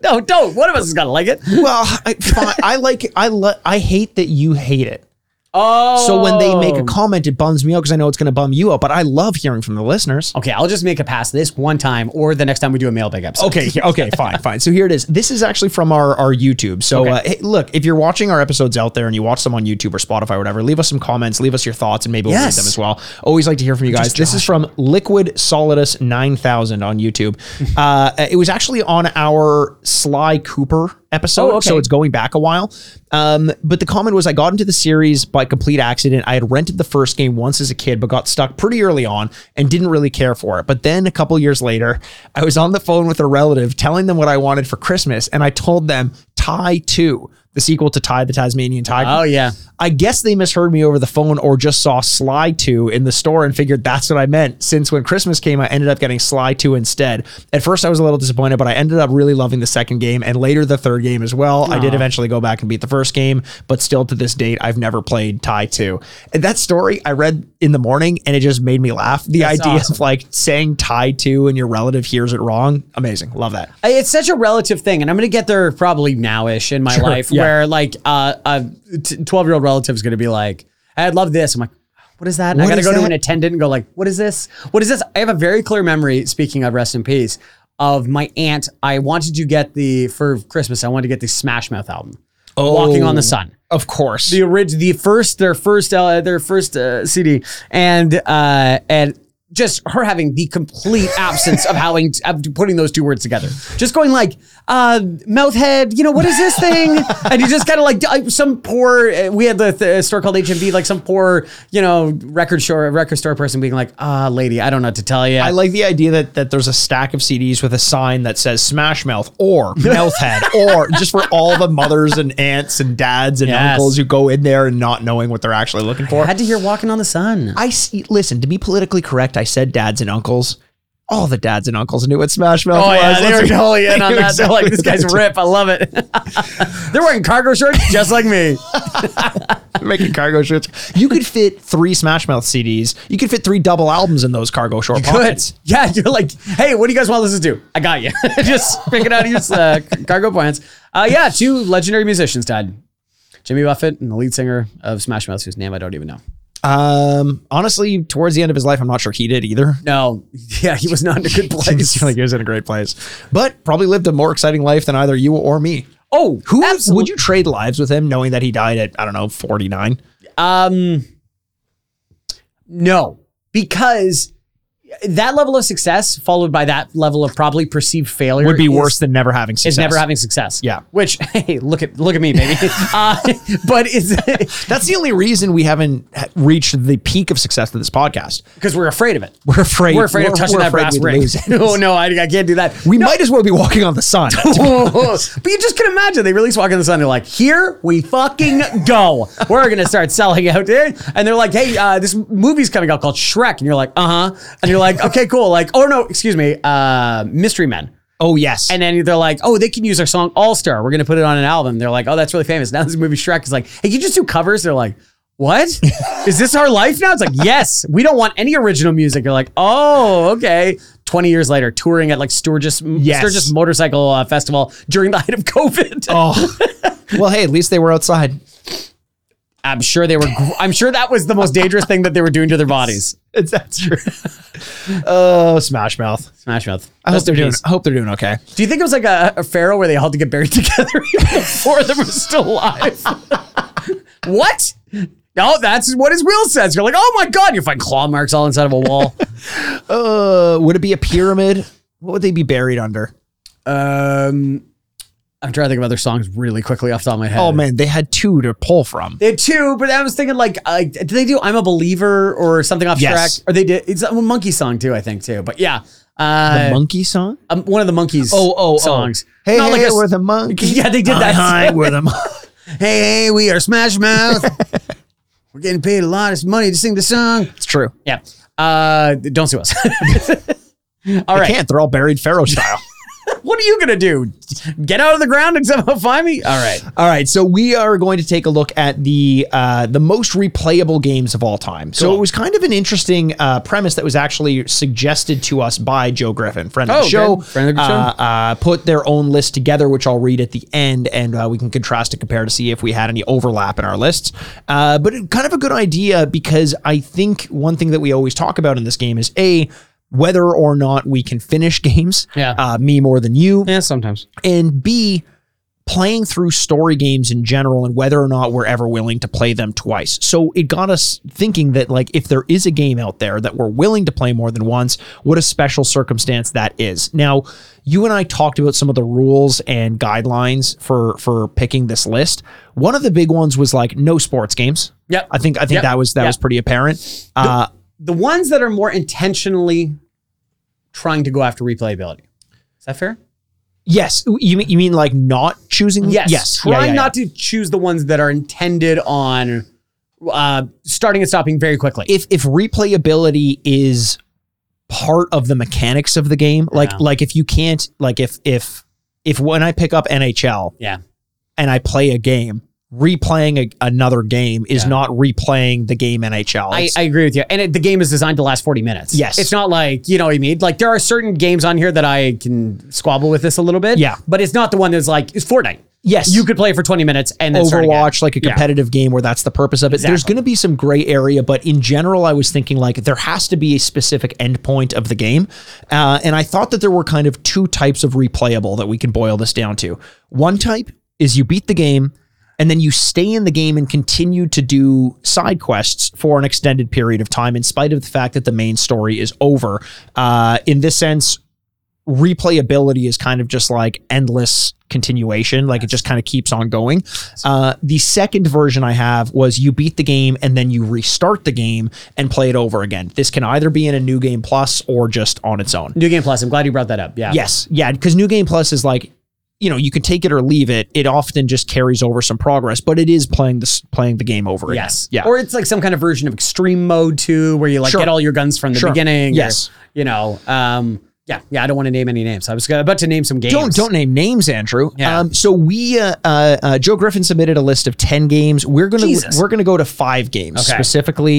Speaker 3: No, don't. One of us is gonna like it.
Speaker 4: well, I, fine, I like I li- I hate that you hate it.
Speaker 3: Oh,
Speaker 4: So when they make a comment, it bums me out because I know it's going to bum you out. But I love hearing from the listeners.
Speaker 3: okay, I'll just make a pass this one time, or the next time we do a mailbag episode.
Speaker 4: Okay, yeah, okay, fine, fine. So here it is. This is actually from our, our YouTube. So uh, hey, look, if you're watching our episodes out there and you watch them on YouTube or Spotify or whatever, leave us some comments, leave us your thoughts, and maybe we'll read
Speaker 3: Yes.
Speaker 4: them as well. Always like to hear from you guys. This is from Liquid Solidus 9000 on YouTube. uh, it was actually on our Sly Cooper episode,
Speaker 3: Oh, okay.
Speaker 4: so it's going back a while. Um, but the comment was, I got into the series by complete accident. I had rented the first game once as a kid, but got stuck pretty early on and didn't really care for it. But then a couple years later, I was on the phone with a relative telling them what I wanted for Christmas, and I told them Tie 2. the sequel to Tie the Tasmanian Tiger.
Speaker 3: Oh yeah,
Speaker 4: I guess they misheard me over the phone or just saw Sly 2 in the store and figured that's what I meant. Since when Christmas came, I ended up getting Sly 2 instead. At first, I was a little disappointed, but I ended up really loving the second game and later the third game as well. I did eventually go back and beat the first game, but still to this date, I've never played Tie 2. And that story I read in the morning and it just made me laugh. The
Speaker 3: That's
Speaker 4: idea
Speaker 3: awesome.
Speaker 4: of like saying Tie 2 and your relative hears it wrong, amazing. Love that.
Speaker 3: I- it's such a relative thing, and I'm gonna get there probably nowish in my life,
Speaker 4: yeah.
Speaker 3: where like uh, a 12 year old relative is gonna be like, "I love this." I'm like, "What is that?" And I
Speaker 4: What
Speaker 3: gotta
Speaker 4: is
Speaker 3: go to
Speaker 4: that?
Speaker 3: an attendant and go like, "What is this? What is this?" I have a very clear memory. Speaking of rest in peace, of my aunt, I wanted to get the for Christmas. I wanted to get the Smash Mouth album, Walking
Speaker 4: Oh.
Speaker 3: on the Sun
Speaker 4: Of course.
Speaker 3: the original, the first, their first, uh, their first uh, CD, and uh, and just her having the complete absence of having of putting those two words together, just going like uh, mouth head, you know, what is this thing? and you just kind of like I- some poor. uh, We had the th- store called HMV, like some poor, you know, record store record store person being like, ah, lady, I don't know what to tell you.
Speaker 4: I like the idea that that there's a stack of CDs with a sign that says Smash Mouth or Mouth Head or just for all the mothers and aunts and dads and
Speaker 3: Yes.
Speaker 4: uncles who go in there and not knowing what they're actually looking for.
Speaker 3: had to hear "Walking on the Sun."
Speaker 4: I see, listen to be politically correct. I said dads and uncles. All the dads and uncles knew what Smash Mouth
Speaker 3: Oh
Speaker 4: was.
Speaker 3: yeah, they
Speaker 4: Let's
Speaker 3: were
Speaker 4: be-
Speaker 3: totally in
Speaker 4: they
Speaker 3: on
Speaker 4: knew
Speaker 3: that. They're like, this guy's
Speaker 4: exactly
Speaker 3: rip. I love it. They're wearing cargo shorts just like me.
Speaker 4: what- making cargo shorts. You could fit three Smash Mouth CDs. You could fit three double albums in those cargo short
Speaker 3: Good.
Speaker 4: pockets.
Speaker 3: Yeah, you're like, hey, what do you guys want to listen to? I got you. Just pick it out of your uh, cargo plans. Uh, yeah, two legendary musicians died. Jimmy Buffett and the lead singer of Smash Mouth, whose name I don't even know.
Speaker 4: Um, honestly, towards the end of his life, I'm not sure he did either.
Speaker 3: No, yeah, he was not in a good
Speaker 4: Didn't
Speaker 3: place.
Speaker 4: seem like he was in a great place, but probably lived a more exciting life than either you or me.
Speaker 3: oh,
Speaker 4: Who
Speaker 3: who absolutely.
Speaker 4: would you trade lives with him, knowing that he died at I don't know forty nine?
Speaker 3: Um, no, because that level of success followed by that level of probably perceived failure
Speaker 4: Would be
Speaker 3: is-
Speaker 4: worse than never having success.
Speaker 3: Is never having success.
Speaker 4: Yeah.
Speaker 3: Which hey, look at look at me, baby. uh, but it's
Speaker 4: That's the only reason we haven't ha- reached the peak of success of this podcast.
Speaker 3: because we're afraid of it.
Speaker 4: We're afraid.
Speaker 3: We're afraid of touching
Speaker 4: we're
Speaker 3: that
Speaker 4: afraid
Speaker 3: brass
Speaker 4: we'd
Speaker 3: ring.
Speaker 4: lose it.
Speaker 3: oh no, I, I can't do that.
Speaker 4: We might as well be walking on the sun.
Speaker 3: Oh, but you just can imagine they release Walk in the Sun. They're like, here we fucking go. We're gonna start selling out there. And they're like, hey, uh, this movie's coming out called Shrek. And you're like, uh huh. And you're like, okay, cool. Like, oh no, excuse me, uh, Mystery Men.
Speaker 4: oh yes.
Speaker 3: And then they're like, oh, they can use our song All Star. We're gonna put it on an album. They're like, oh, that's really famous. Now this movie Shrek is like, hey, you just do covers. They're like. What is this our life now? It's like, yes, we don't want any original music. You're like, oh, okay. 20 years later, touring at like Sturgis,
Speaker 4: Yes.
Speaker 3: Sturgis Motorcycle uh, Festival during the height of COVID.
Speaker 4: oh. well, hey, at least they were outside.
Speaker 3: I'm sure they were, gr- I'm sure that was the most dangerous thing that they were doing to their bodies.
Speaker 4: It's, that's true. oh, Smash Mouth.
Speaker 3: Smash Mouth.
Speaker 4: I hope
Speaker 3: Rest in
Speaker 4: they're doing.
Speaker 3: peace.
Speaker 4: I hope they're doing okay.
Speaker 3: Do you think it was like a, a pharaoh where they all had to get buried together even though four of them were still alive? what? No, that's what his will says. You're like, oh my god, you find claw marks all inside of a wall.
Speaker 4: Uh, would it be a pyramid? What would they be buried under?
Speaker 3: um, I'm trying to think of other songs really quickly off the top of my head.
Speaker 4: Oh man, they had two to pull from.
Speaker 3: They had two, but I was thinking like, uh, did they do "I'm a Believer" or something off
Speaker 4: Yes.
Speaker 3: track? Or they did it's a monkey song too, I think too. But yeah,
Speaker 4: The
Speaker 3: uh,
Speaker 4: monkey song.
Speaker 3: um, one of the monkeys. songs.
Speaker 4: oh. Hey,
Speaker 3: Not
Speaker 4: hey,
Speaker 3: like a s-
Speaker 4: we're the monkey.
Speaker 3: Yeah, they did that.
Speaker 4: Hi, hi, we're the monkey.
Speaker 3: hey, hey, we are Smash Mouth. We're getting paid a lot of money to sing the song.
Speaker 4: It's true.
Speaker 3: Yeah. Uh, don't sue us. All
Speaker 4: They
Speaker 3: right.
Speaker 4: can't. They're all buried pharaoh style.
Speaker 3: What are you going to do? Get out of the ground and somehow find me? All right.
Speaker 4: all right, so we are going to take a look at the uh, the most replayable games of all time. So
Speaker 3: Cool.
Speaker 4: it was kind of an interesting uh, premise that was actually suggested to us by Joe Griffin, friend of
Speaker 3: Oh,
Speaker 4: the show.
Speaker 3: good. Friend of the
Speaker 4: Uh,
Speaker 3: show.
Speaker 4: uh, put their own list together, which I'll read at the end, and uh, we can contrast and compare to see if we had any overlap in our lists. Uh, but it- kind of a good idea because I think one thing that we always talk about in this game is a whether or not we can finish games.
Speaker 3: Yeah.
Speaker 4: Uh, me more than you
Speaker 3: Yeah, sometimes.
Speaker 4: and B, playing through story games in general and whether or not we're ever willing to play them twice. So it got us thinking that, like, if there is a game out there that we're willing to play more than once, what a special circumstance that is. Now, you and I talked about some of the rules and guidelines for for picking this list. One of the big ones was like no sports games.
Speaker 3: Yep.
Speaker 4: I think I think
Speaker 3: Yep.
Speaker 4: that was that
Speaker 3: Yep.
Speaker 4: was pretty apparent. Uh,
Speaker 3: The ones that are more intentionally trying to go after replayability. Is that fair?
Speaker 4: Yes, you mean you mean like not choosing?
Speaker 3: Yes.
Speaker 4: yes. Yeah,
Speaker 3: Try
Speaker 4: yeah, yeah.
Speaker 3: not to choose the ones that are intended on uh, starting and stopping very quickly.
Speaker 4: if if replayability is part of the mechanics of the game, like
Speaker 3: Yeah.
Speaker 4: like if you can't like if if if when I pick up NHL,
Speaker 3: Yeah.
Speaker 4: and I play a game, replaying a, another game is
Speaker 3: Yeah.
Speaker 4: not replaying the game NHL.
Speaker 3: I,
Speaker 4: It's-
Speaker 3: I agree with you. And it, the game is designed to last 40 minutes.
Speaker 4: Yes.
Speaker 3: It's not like, you know what I mean? Like, there are certain games on here that I can squabble with this a little bit.
Speaker 4: Yeah.
Speaker 3: But it's not the one that's like, it's Fortnite.
Speaker 4: yes,
Speaker 3: You could play for 20 minutes and then start again.
Speaker 4: Overwatch, like a
Speaker 3: Yeah.
Speaker 4: competitive game where that's the purpose of it. There's
Speaker 3: Exactly.
Speaker 4: going to be some gray area, but in general, I was thinking like there has to be a specific endpoint of the game. Uh, and I thought that there were kind of two types of replayable that we can boil this down to. One type is you beat the game and then you stay in the game and continue to do side quests for an extended period of time, in spite of the fact that the main story is over. Uh, in this sense, replayability is kind of just like endless continuation like it just kind of keeps on going uh, the second version i have was you beat the game and then you restart the game and play it over again this can either be in a new game plus or just on its own
Speaker 3: New Game Plus. I'm glad you brought that up. Yeah.
Speaker 4: yes yeah because new game plus is like you know you can take it or leave it it often just carries over some progress but it is playing this playing the game over again.
Speaker 3: Yes.
Speaker 4: yeah
Speaker 3: Or it's like some kind of version of extreme mode too, where you like
Speaker 4: Sure.
Speaker 3: get all your guns from the
Speaker 4: Sure.
Speaker 3: beginning. or,
Speaker 4: Yes.
Speaker 3: you know, um, yeah, yeah. I don't want to name any names. I was about to name some games.
Speaker 4: Don't don't name names, Andrew.
Speaker 3: Yeah.
Speaker 4: Um, so we uh, uh, uh, Joe Griffin submitted a list of ten games. We're gonna
Speaker 3: Jesus.
Speaker 4: we're gonna go to five games
Speaker 3: Okay.
Speaker 4: specifically.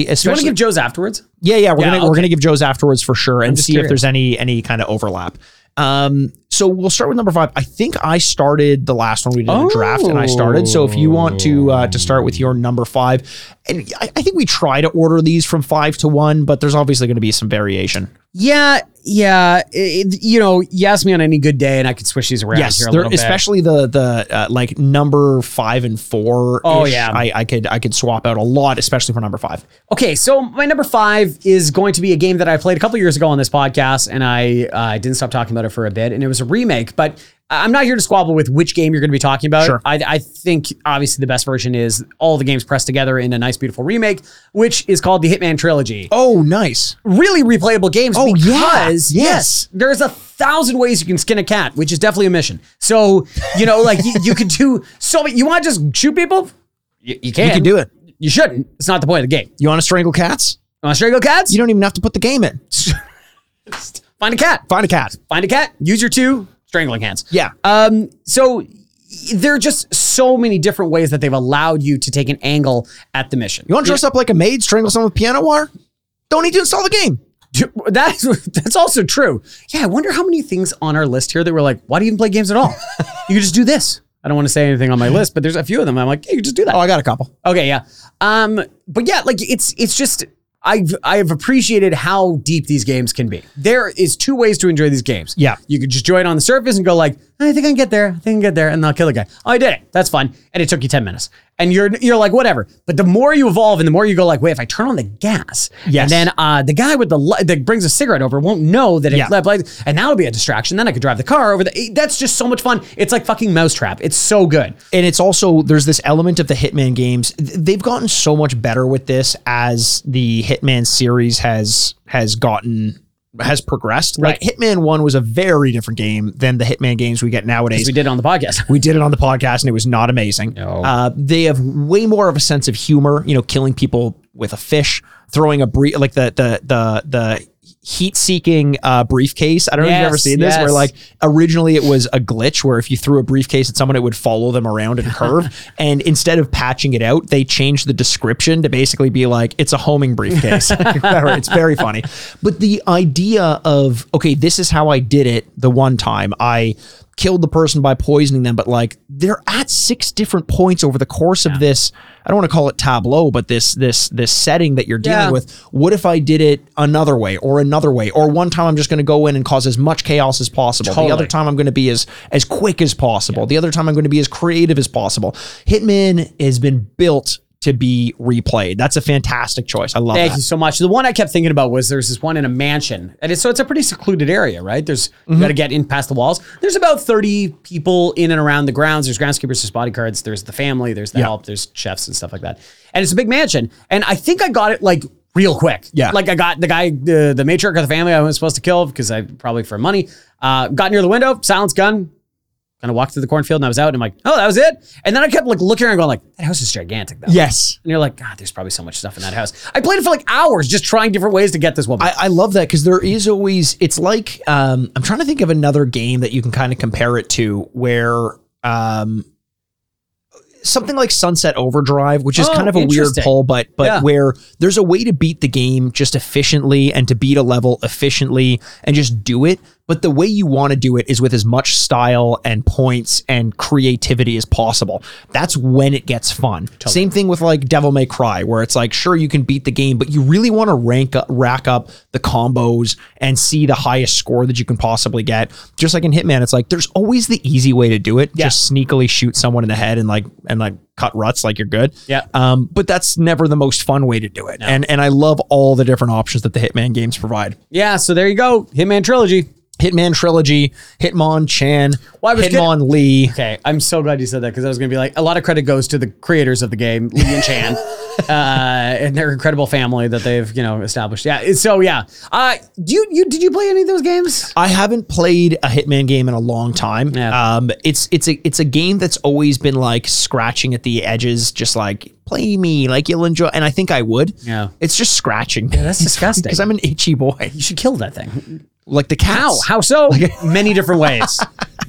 Speaker 3: Do you want
Speaker 4: Especially
Speaker 3: to give Joe's afterwards?
Speaker 4: yeah yeah we're
Speaker 3: Yeah,
Speaker 4: gonna we're
Speaker 3: okay.
Speaker 4: gonna give Joe's afterwards for sure and
Speaker 3: just
Speaker 4: see if
Speaker 3: curious.
Speaker 4: there's any any kind of overlap. Um, so we'll start with number five. I think I started the last one we did a draft, and I started. So if you want to uh, to start with your number five, and I, I think we try to order these from five to one, but there's obviously going to be some variation.
Speaker 3: Yeah, yeah. It- it- you know, you ask me on any good day, and I could switch these around
Speaker 4: yes,
Speaker 3: here a
Speaker 4: there-
Speaker 3: little bit.
Speaker 4: especially the the uh, like number five and four.
Speaker 3: Oh, yeah.
Speaker 4: I, I could I could swap out a lot, especially for number five.
Speaker 3: Okay, so my number five is going to be a game that I played a couple years ago on this podcast, and I uh, didn't stop talking about it for a bit, and it was a remake. But I- I'm not here to squabble with which game you're going to be talking about.
Speaker 4: Sure.
Speaker 3: I, I think obviously the best version is all the games pressed together in a nice, beautiful remake, which is called the Hitman Trilogy. Uh,
Speaker 4: Oh, nice.
Speaker 3: Really replayable games.
Speaker 4: Oh, yeah.
Speaker 3: because,
Speaker 4: Yes.
Speaker 3: there's a thousand ways you can skin a cat, which is definitely a mission. So you know, like you, you could do so. many- You want to just shoot people? You, you can.
Speaker 4: You can do it.
Speaker 3: You shouldn't. It's not the point of the game.
Speaker 4: You want to strangle cats?
Speaker 3: Want to strangle cats?
Speaker 4: You don't even have to put the game in.
Speaker 3: find a cat.
Speaker 4: Find a cat.
Speaker 3: Find a cat. Use your two strangling hands.
Speaker 4: Yeah.
Speaker 3: Um. So y- there are just so many different ways that they've allowed you to take an angle at the mission.
Speaker 4: You want to dress up like a maid, strangle someone with piano wire? Don't need to install the game.
Speaker 3: That's that's also true. Yeah. I wonder how many things on our list here that were like, why do you even play games at all? you could just do this. I don't want to say anything on my list, but there's a few of them. I'm like, yeah, you could just do that.
Speaker 4: Oh, I got a couple.
Speaker 3: Okay, yeah. Um, but yeah, like it's it's just I've I've appreciated how deep these games can be. There is two ways to enjoy these games.
Speaker 4: Yeah.
Speaker 3: You could just join on the surface and go like, I think I can get there, I think I can get there, and I'll kill the guy. Oh, I did it. That's fun. And it took you 10 minutes. And you're you're like, whatever. But the more you evolve and the more you go like, wait, if I turn on the gas,
Speaker 4: Yes.
Speaker 3: and then uh the guy with the li- that brings a cigarette over won't know that it
Speaker 4: Yeah.
Speaker 3: left light, and that'll be a distraction. Then I could drive the car over the that's just so much fun. It's like fucking mousetrap. It's so good.
Speaker 4: and it's also there's this element of the Hitman games. Th- They've gotten so much better with this as the Hitman series has has gotten has progressed.
Speaker 3: Right.
Speaker 4: Like Hitman One was a very different game than the Hitman games we get nowadays.
Speaker 3: As we did on the podcast.
Speaker 4: We did it on the podcast and it was not amazing.
Speaker 3: No.
Speaker 4: Uh, they have way more of a sense of humor, you know, killing people with a fish, throwing a brief like the the the the heat seeking uh, briefcase. I don't know if you've ever
Speaker 3: Yes,
Speaker 4: seen this where
Speaker 3: yes.
Speaker 4: like originally it was a glitch where if you threw a briefcase at someone it would follow them around and curve and instead of patching it out they changed the description to basically be like it's a homing briefcase. Whatever, it's very funny. But the idea of okay, this is how I did it the one time I killed the person by poisoning them, but like they're at six different points over the course of this. I don't want to call it tableau, but this this this setting that you're dealing
Speaker 3: Yeah.
Speaker 4: with. What if I did it another way or another way? Or one time I'm just going to go in and cause as much chaos as possible. The other
Speaker 3: Totally.
Speaker 4: time I'm going to be as as quick as possible. The other time I'm going to be as creative as possible. Hitman has been built to be replayed. That's a fantastic choice. I love
Speaker 3: Thank
Speaker 4: that.
Speaker 3: you so much. The one I kept thinking about was there's this one in a mansion, and it's so it's a pretty secluded area, right? There's
Speaker 4: Mm-hmm.
Speaker 3: you got to get in past the walls. There's about thirty people in and around the grounds. There's groundskeepers, there's bodyguards, there's the family, there's the help, there's chefs and stuff like that. And it's a big mansion, and I think I got it like real quick.
Speaker 4: Yeah.
Speaker 3: like I got the guy, the the matriarch of the family I was supposed to kill because I probably for money. Uh, got near the window, silenced gun, kind of walked through the cornfield and I was out and I'm like, oh, that was it. And then I kept like looking around going like, that house is gigantic though.
Speaker 4: Yes.
Speaker 3: And you're like, God, there's probably so much stuff in that house. I played it for like hours just trying different ways to get this woman.
Speaker 4: I, I love that because there is always it's like um, I'm trying to think of another game that you can kind of compare it to where um, something like Sunset Overdrive, which is
Speaker 3: Oh,
Speaker 4: kind of a weird
Speaker 3: interesting.
Speaker 4: pull, but but
Speaker 3: Yeah.
Speaker 4: where there's a way to beat the game just efficiently and to beat a level efficiently and just do it. But the way you want to do it is with as much style and points and creativity as possible. That's when it gets fun. Same thing with like Devil May Cry, where it's like, sure, you can beat the game, but you really want to rank up, rack up the combos and see the highest score that you can possibly get. Just like in Hitman, it's like there's always the easy way to do it. Just sneakily shoot someone in the head and like and like cut ruts like you're good.
Speaker 3: Yeah.
Speaker 4: Um, but that's never the most fun way to do it. And and I love all the different options that the Hitman games provide.
Speaker 3: yeah, so there you go. Hitman trilogy.
Speaker 4: Hitman trilogy, Hitmon Chan,
Speaker 3: Well, I was
Speaker 4: Hitmon Lee.
Speaker 3: Okay, I'm so glad you said that because I was going to be like, a lot of credit goes to the creators of the game, Lee and Chan, uh, and their incredible family that they've you know established. Yeah, it's- so yeah, uh, do you, you did you play any of those games?
Speaker 4: I haven't played a Hitman game in a long time.
Speaker 3: Yeah.
Speaker 4: Um, it's it's a it's a game that's always been like scratching at the edges, just like play me, like you'll enjoy. And I think I would.
Speaker 3: Yeah.
Speaker 4: It's just scratching.
Speaker 3: that's disgusting.
Speaker 4: Because I'm an itchy boy,
Speaker 3: You should kill that thing.
Speaker 4: like the cow.
Speaker 3: How? How so? Many different ways.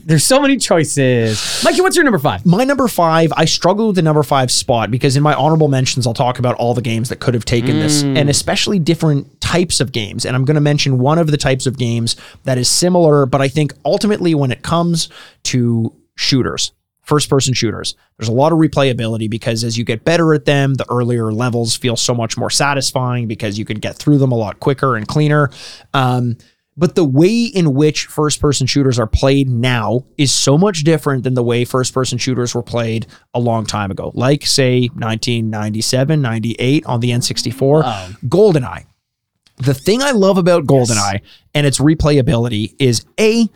Speaker 3: There's so many choices. Mikey, what's your number five?
Speaker 4: my number five, I struggle with the number five spot because in my honorable mentions, I'll talk about all the games that could have taken this and especially different types of games. And I'm going to mention one of the types of games that is similar, but I think ultimately when it comes to shooters, first person shooters, there's a lot of replayability because as you get better at them, the earlier levels feel so much more satisfying because you can get through them a lot quicker and cleaner. Um, but the way in which first person shooters are played now is so much different than the way first person shooters were played a long time ago. Like, say, 1997, 98 on the N64, GoldenEye. The thing I love about GoldenEye and its replayability is A,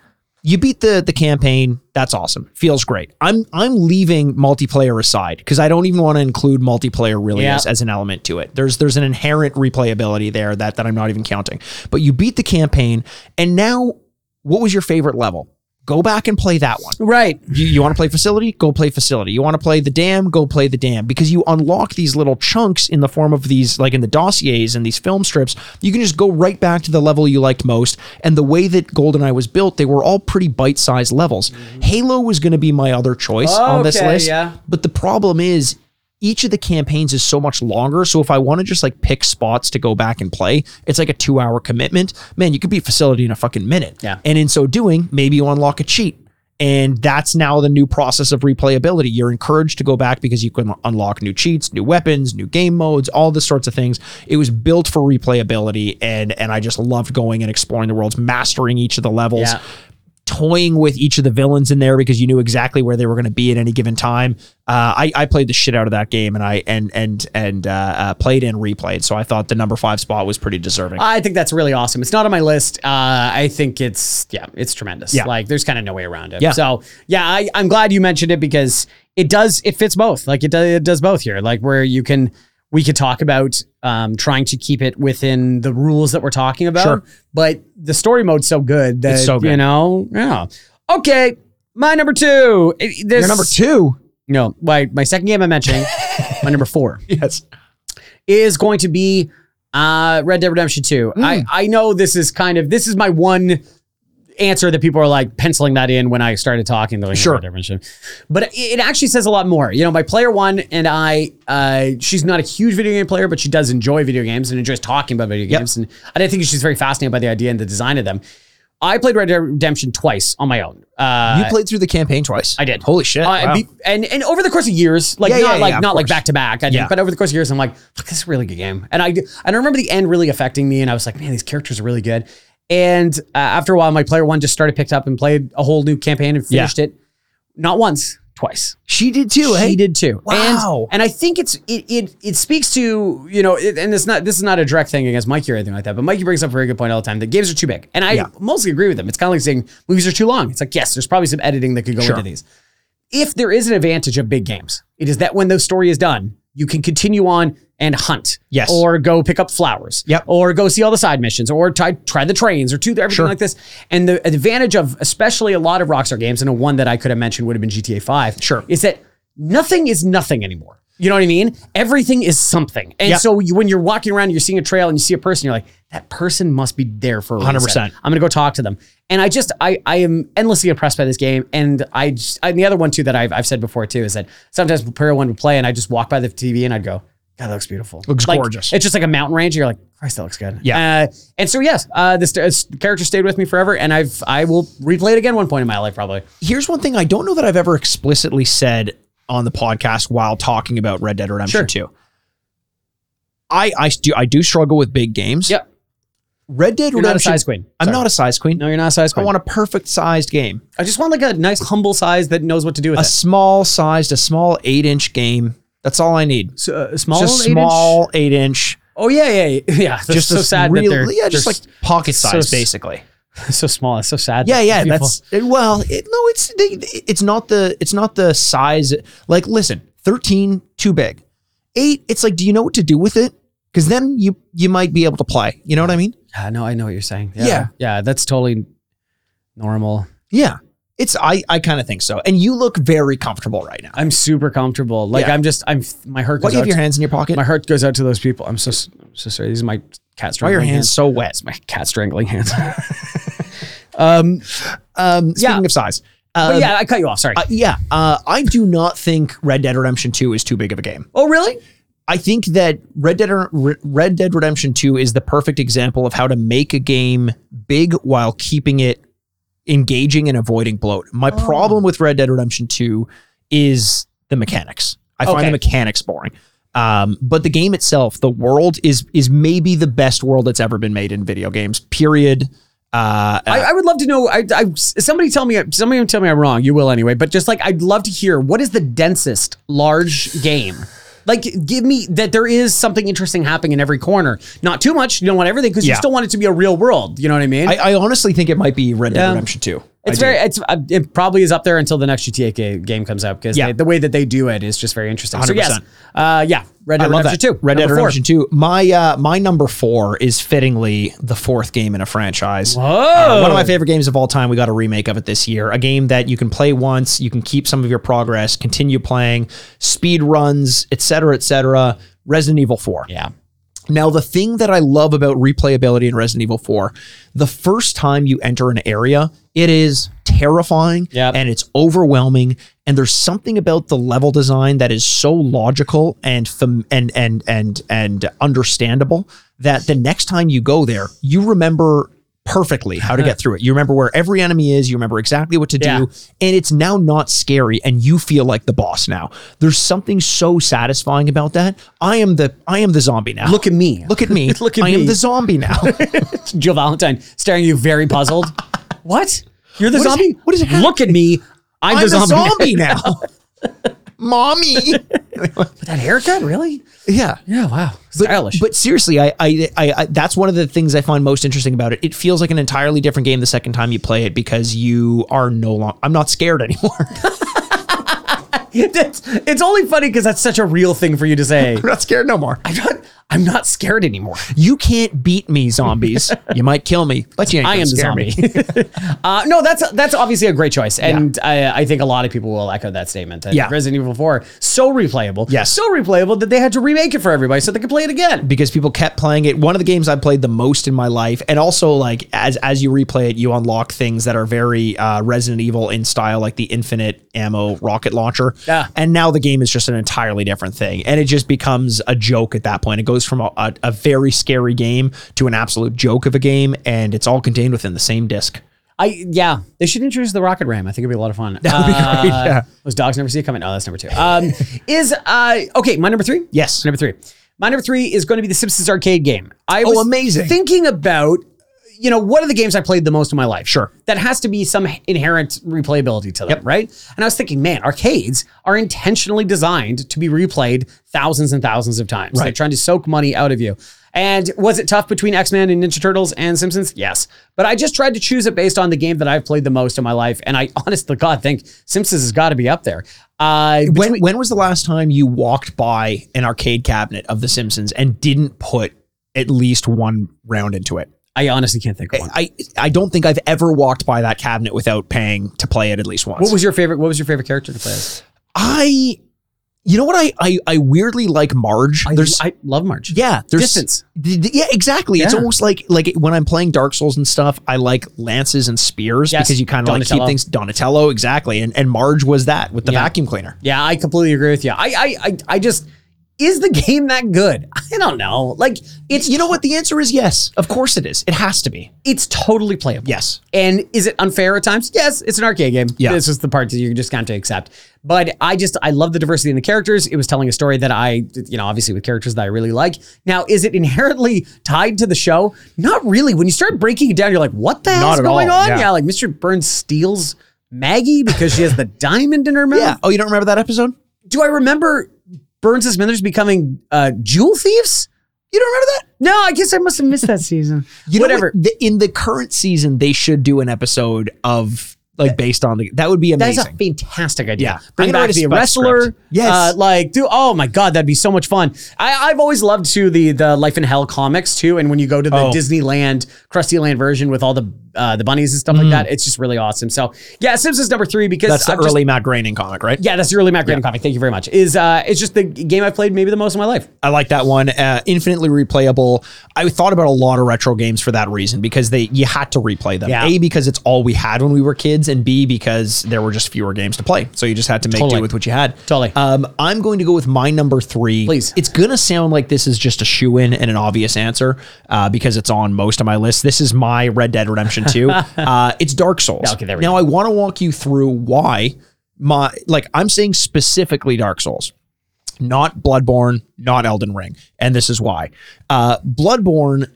Speaker 4: you beat the the campaign. That's awesome. Feels great. I'm I'm leaving multiplayer aside because I don't even want to include multiplayer really
Speaker 3: Yeah.
Speaker 4: as, as an element to it. There's there's an inherent replayability there that that I'm not even counting. But you beat the campaign, and now what was your favorite level? Go back and play that one.
Speaker 3: Right.
Speaker 4: You, you want to play facility? Go play facility. You want to play the dam? Go play the dam. Because you unlock these little chunks in the form of these, like in the dossiers and these film strips. You can just go right back to the level you liked most. And the way that GoldenEye was built, they were all pretty bite sized levels. Halo was going to be my other choice on this
Speaker 3: Mm-hmm. Okay,
Speaker 4: list.
Speaker 3: yeah.
Speaker 4: But the problem is, each of the campaigns is so much longer. So if I want to just like pick spots to go back and play, it's like a two hour commitment. Man, you could beat facility in a fucking minute.
Speaker 3: Yeah.
Speaker 4: And in so doing, maybe you unlock a cheat. And that's now the new process of replayability. You're encouraged to go back because you can unlock new cheats, new weapons, new game modes, all the sorts of things. It was built for replayability, and and I just loved going and exploring the worlds, mastering each of the levels
Speaker 3: Yeah.
Speaker 4: toying with each of the villains in there because you knew exactly where they were going to be at any given time. Uh, I, I played the shit out of that game and I and and and uh, uh, played and replayed. So I thought the number five spot was pretty deserving.
Speaker 3: I think that's really awesome. It's not on my list. Uh, I think it's yeah, it's tremendous.
Speaker 4: Yeah.
Speaker 3: Like there's kind of no way around it.
Speaker 4: Yeah.
Speaker 3: So yeah, I, I'm glad you mentioned it because it does it fits both. Like it does it does both here. Like where you can we could talk about um, trying to keep it within the rules that we're talking about.
Speaker 4: Sure.
Speaker 3: But the story mode's so good that
Speaker 4: It's so good.
Speaker 3: you know yeah. Okay, my number two. It- This,
Speaker 4: Your number two,
Speaker 3: No, my my second game I'm mentioning. my number four
Speaker 4: yes,
Speaker 3: is going to be uh, Red Dead Redemption 2.
Speaker 4: Hmm.
Speaker 3: I, I know this is kind of this is my one answer that people are like penciling that in when I started talking. They're Like,
Speaker 4: Sure.
Speaker 3: Red Dead Redemption. But it, it actually says a lot more. You know, my player one and I, uh, she's not a huge video game player, but she does enjoy video games and enjoys talking about video games. And I don't think she's very fascinated by the idea and the design of them. I played Red Dead Redemption twice on my own. Uh,
Speaker 4: you played through the campaign twice.
Speaker 3: I did.
Speaker 4: Holy shit!
Speaker 3: uh,
Speaker 4: Wow.
Speaker 3: be- and and over the course of years, like
Speaker 4: Yeah,
Speaker 3: not
Speaker 4: yeah,
Speaker 3: like
Speaker 4: yeah, of
Speaker 3: not like
Speaker 4: course.
Speaker 3: back to back, I think,
Speaker 4: Yeah.
Speaker 3: but over the course of years, I'm like, fuck, this is a really good game, and I and I remember the end really affecting me, and I was like, man, these characters are really good. And uh, after a while, my player one just started picked up and played a whole new campaign and
Speaker 4: Yeah.
Speaker 3: finished it, not once, twice.
Speaker 4: she did too.
Speaker 3: She
Speaker 4: hey?
Speaker 3: did too.
Speaker 4: Wow.
Speaker 3: And, and I think it's it it it speaks to you know, it, and it's not this is not a direct thing against Mikey or anything like that. But Mikey brings up a very good point all the time. The games are too big, and I
Speaker 4: Yeah.
Speaker 3: mostly agree with him. It's kind of like saying movies are too long. It's like yes, there's probably some editing that could go
Speaker 4: Sure.
Speaker 3: into these. If there is an advantage of big games, it is that when the story is done, you can continue on and hunt.
Speaker 4: Yes.
Speaker 3: Or go pick up flowers.
Speaker 4: Yep.
Speaker 3: Or go see all the side missions or try try the trains or do everything
Speaker 4: Sure.
Speaker 3: like this. And the advantage of especially a lot of Rockstar games, and a one that I could have mentioned would have been GTA 5,
Speaker 4: Sure.
Speaker 3: is that nothing is nothing anymore. You know what I mean? Everything is something. And
Speaker 4: Yep.
Speaker 3: so you, when you're walking around, you're seeing a trail and you see a person, you're like, that person must be there for a
Speaker 4: 100%.
Speaker 3: reason. I'm going to go talk to them. And I just, I, I am endlessly impressed by this game. And I, just, and the other one too that I've, I've said before too is that sometimes Player One would play and I just walk by the TV and I'd go, God, that looks beautiful.
Speaker 4: Looks
Speaker 3: Like,
Speaker 4: gorgeous.
Speaker 3: It's just like a mountain range. You're like, Christ, that looks good.
Speaker 4: Yeah.
Speaker 3: Uh, and so yes, uh, this this character stayed with me forever, and I've I will replay it again one point in my life probably.
Speaker 4: Here's one thing I don't know that I've ever explicitly said on the podcast while talking about Red Dead Redemption 2. I, I do I do struggle with big games.
Speaker 3: Yep.
Speaker 4: Red Dead
Speaker 3: You're not a
Speaker 4: Redemption.
Speaker 3: size queen.
Speaker 4: I'm
Speaker 3: Sorry.
Speaker 4: not a size queen.
Speaker 3: No, you're not a size
Speaker 4: I
Speaker 3: queen.
Speaker 4: want a perfect sized game.
Speaker 3: I just want like a nice humble size that knows what to do with
Speaker 4: A
Speaker 3: it.
Speaker 4: small sized, a small eight inch game. That's all I need.
Speaker 3: S- uh, small,
Speaker 4: just
Speaker 3: eight inch?
Speaker 4: small eight inch.
Speaker 3: Oh yeah, yeah, yeah. yeah. That's
Speaker 4: just
Speaker 3: so
Speaker 4: a
Speaker 3: sad
Speaker 4: real-
Speaker 3: that they're
Speaker 4: yeah, just
Speaker 3: they're
Speaker 4: like pocket
Speaker 3: so
Speaker 4: size,
Speaker 3: s-
Speaker 4: basically.
Speaker 3: so small. It's so sad.
Speaker 4: Yeah,
Speaker 3: that
Speaker 4: yeah.
Speaker 3: people-
Speaker 4: That's well, it, no, it's they, it's not the it's not the size. Like, listen, thirteen too big, eight. It's like, do you know what to do with it? Because then you you might be able to play. You know what I mean?
Speaker 3: yeah. No, I know what you're saying.
Speaker 4: Yeah.
Speaker 3: yeah, yeah that's totally normal.
Speaker 4: Yeah, it's I I kind of think so. And you look very comfortable right now.
Speaker 3: I'm super comfortable. Like
Speaker 4: Yeah.
Speaker 3: I'm just I'm my heart
Speaker 4: What
Speaker 3: goes
Speaker 4: do
Speaker 3: out.
Speaker 4: you have your
Speaker 3: to-
Speaker 4: hands in your pocket?
Speaker 3: my heart goes out to those people. I'm so s- I'm so sorry. These are my cat
Speaker 4: Why are
Speaker 3: strangling
Speaker 4: your hands so wet?
Speaker 3: It's my cat strangling hands.
Speaker 4: Um, speaking
Speaker 3: Yeah.
Speaker 4: of size,
Speaker 3: but
Speaker 4: um,
Speaker 3: yeah, I cut you off. Sorry.
Speaker 4: uh, yeah, uh, I do not think Red Dead Redemption Two is too big of a game.
Speaker 3: oh really?
Speaker 4: I think that Red Dead Re- Red Dead Redemption 2 is the perfect example of how to make a game big while keeping it engaging and avoiding bloat. My
Speaker 3: Oh.
Speaker 4: problem with Red Dead Redemption 2 is the mechanics. I find
Speaker 3: Okay.
Speaker 4: the mechanics boring. Um, but the game itself, the world is is maybe the best world that's ever been made in video games. Period. Uh,
Speaker 3: I, I would love to know. I, I somebody tell me. Somebody tell me I'm wrong. You will anyway. But just like I'd love to hear what is the densest large game. Like, give me that there is something interesting happening in every corner. Not too much. You don't want everything because
Speaker 4: Yeah.
Speaker 3: you still want it to be a real world. You know what I mean?
Speaker 4: I, I honestly think it might be Red Dead
Speaker 3: Yeah.
Speaker 4: Redemption 2. I
Speaker 3: it's
Speaker 4: do.
Speaker 3: very. It's uh, it probably is up there until the next GTA ga- game comes out because
Speaker 4: Yeah.
Speaker 3: they- the way that they do it is just very interesting. So yes,
Speaker 4: 100%.
Speaker 3: uh, yeah, Red Dead
Speaker 4: I love
Speaker 3: Redemption Two,
Speaker 4: that. Red Dead
Speaker 3: number four.
Speaker 4: Redemption Two. My uh, my number four is fittingly the fourth game in a franchise.
Speaker 3: Whoa.
Speaker 4: Uh, one of my favorite games of all time. We got a remake of it this year. A game that you can play once, you can keep some of your progress, continue playing, speed runs, etc., cetera, etc. Cetera. Resident Evil Four.
Speaker 3: Yeah.
Speaker 4: Now, the thing that I love about replayability in Resident Evil 4, the first time you enter an area, it is terrifying
Speaker 3: Yep.
Speaker 4: and it's overwhelming. And there's something about the level design that is so logical and fam- and and and and understandable that the next time you go there, you remember perfectly how to get through it. You remember where every enemy is, you remember exactly what to do,
Speaker 3: Yeah.
Speaker 4: and it's now not scary and you feel like the boss now. There's something so satisfying about that. I am the I am the zombie now.
Speaker 3: Look at me.
Speaker 4: Look at me.
Speaker 3: Look at
Speaker 4: I am
Speaker 3: me.
Speaker 4: the zombie now.
Speaker 3: Joe Valentine staring at you very puzzled. what? You're the
Speaker 4: What is-
Speaker 3: zombie?
Speaker 4: what is happening?
Speaker 3: Look at me. I'm,
Speaker 4: I'm
Speaker 3: the zombie.
Speaker 4: now. Mommy.
Speaker 3: That haircut, really?
Speaker 4: yeah.
Speaker 3: Yeah, wow. Stylish.
Speaker 4: But seriously, I, I, I, I, that's one of the things I find most interesting about it. It feels like an entirely different game the second time you play it because you are no longer. I'm not scared anymore.
Speaker 3: That's- it's only funny because that's such a real thing for you to say.
Speaker 4: I'm not scared no more.
Speaker 3: I'm not, I'm not scared anymore.
Speaker 4: You can't beat me, zombies. you might kill me, but you ain't
Speaker 3: I
Speaker 4: gonna
Speaker 3: am the
Speaker 4: scare me.
Speaker 3: zombie. uh, no, that's that's obviously a great choice, and I, I think a lot of people will echo that statement. That
Speaker 4: Yeah.
Speaker 3: Resident Evil Four so replayable,
Speaker 4: Yes.
Speaker 3: so replayable that they had to remake it for everybody so they could play it again.
Speaker 4: because people kept playing it. One of the games I played the most in my life, and also like as as you replay it, you unlock things that are very uh, Resident Evil in style, like the infinite ammo rocket launcher.
Speaker 3: Yeah.
Speaker 4: And now the game is just an entirely different thing, and it just becomes a joke at that point. It goes from a, a, a very scary game to an absolute joke of a game, and it's all contained within the same disc.
Speaker 3: I yeah, they should introduce the rocket ram. I think it'd be a lot of fun.
Speaker 4: would be great,
Speaker 3: Uh,
Speaker 4: yeah.
Speaker 3: Those dogs never see it coming. Oh, that's number two. Um, is uh okay. My number three.
Speaker 4: Yes.
Speaker 3: number three. My number three is going to be the Simpsons arcade game. I
Speaker 4: Oh,
Speaker 3: was
Speaker 4: amazing.
Speaker 3: Thinking about you know what are the games I played the most in my life.
Speaker 4: Sure.
Speaker 3: that has to be some inherent replayability to them, right? And I was thinking, man, arcades are intentionally designed to be replayed thousands and thousands of times. They're
Speaker 4: Right.
Speaker 3: trying to soak money out of you. And was it tough between X Men and Ninja Turtles and Simpsons? Yes. But I just tried to choose it based on the game that I've played the most in my life. And I honest to God think Simpsons has got to be up there. Uh,
Speaker 4: When when was the last time you walked by an arcade cabinet of The Simpsons and didn't put at least one round into it?
Speaker 3: I honestly can't think of one.
Speaker 4: I I don't think I've ever walked by that cabinet without paying to play it at least once.
Speaker 3: What was your favorite? What was your favorite character to play as?
Speaker 4: I? You know what I I, I weirdly like Marge.
Speaker 3: I,
Speaker 4: there's
Speaker 3: I love March.
Speaker 4: yeah there's
Speaker 3: distance.
Speaker 4: D- d- Yeah, exactly. It's
Speaker 3: Yeah.
Speaker 4: almost like like when I'm playing Dark Souls and stuff, I like lances and spears
Speaker 3: Yes,
Speaker 4: because you kind of like keep
Speaker 3: Donatello.
Speaker 4: things Donatello exactly. And and Marge was that with the
Speaker 3: Yeah.
Speaker 4: vacuum cleaner.
Speaker 3: Yeah, I completely agree with you. I, I, I, I just is the game that good? I don't know. Like it's
Speaker 4: You know what? The answer is yes. Of course it is. It has to be.
Speaker 3: it's totally playable.
Speaker 4: Yes.
Speaker 3: And is it unfair at times? Yes, it's an arcade game.
Speaker 4: Yeah.
Speaker 3: This is the part that you just got to accept. But I just, I love the diversity in the characters. It was telling a story that I, you know, obviously with characters that I really like. Now, is it inherently tied to the show? Not really. When you start breaking it down, you're like, what the hell's
Speaker 4: at
Speaker 3: going
Speaker 4: all,
Speaker 3: on?
Speaker 4: yeah.
Speaker 3: Yeah. like Mr. Burns steals Maggie because she has the diamond in her mouth.
Speaker 4: Yeah. Oh, you don't remember that episode?
Speaker 3: Do I remember Burns and Smithers becoming uh, jewel thieves?
Speaker 4: You don't remember that?
Speaker 3: No, I guess I must have missed that season.
Speaker 4: You know
Speaker 3: Whatever.
Speaker 4: what? The- in the current season, they should do an episode of like based on the. That would be
Speaker 3: That's
Speaker 4: amazing.
Speaker 3: a fantastic idea.
Speaker 4: Yeah.
Speaker 3: Bring
Speaker 4: I'm gonna
Speaker 3: back
Speaker 4: write a
Speaker 3: the
Speaker 4: spec
Speaker 3: wrestler.
Speaker 4: script. Yes.
Speaker 3: Uh, like, do oh my god, that'd be so much fun. I, I've always loved too the the Life in Hell comics too, and when you go to the
Speaker 4: Oh.
Speaker 3: Disneyland Krusty Land version with all the uh, the bunnies and stuff like that, it's just really awesome. So yeah, Simpsons number three because
Speaker 4: Mm. That's the
Speaker 3: I've just-
Speaker 4: early Matt Groening comic, right?
Speaker 3: yeah, that's the early Matt Groening comic. Thank you very much. Is uh, it's just the game I've played maybe the most in my life.
Speaker 4: I like that one. Uh, infinitely replayable. I thought about a lot of retro games for that reason because they you had to replay them.
Speaker 3: Yeah.
Speaker 4: A because it's all we had when we were kids, and B because there were just fewer games to play, so you just had to make
Speaker 3: Totally.
Speaker 4: do with what you had.
Speaker 3: Totally.
Speaker 4: Um, I'm going to go with my number three.
Speaker 3: Please.
Speaker 4: It's gonna sound like this is just a shoe in and an obvious answer uh, because it's on most of my list. This is my Red Dead Redemption Two. uh, it's Dark Souls.
Speaker 3: Okay, there we
Speaker 4: now
Speaker 3: go.
Speaker 4: I want to walk you through why my like I'm saying specifically Dark Souls not Bloodborne, not Elden Ring. And this is why. Uh, Bloodborne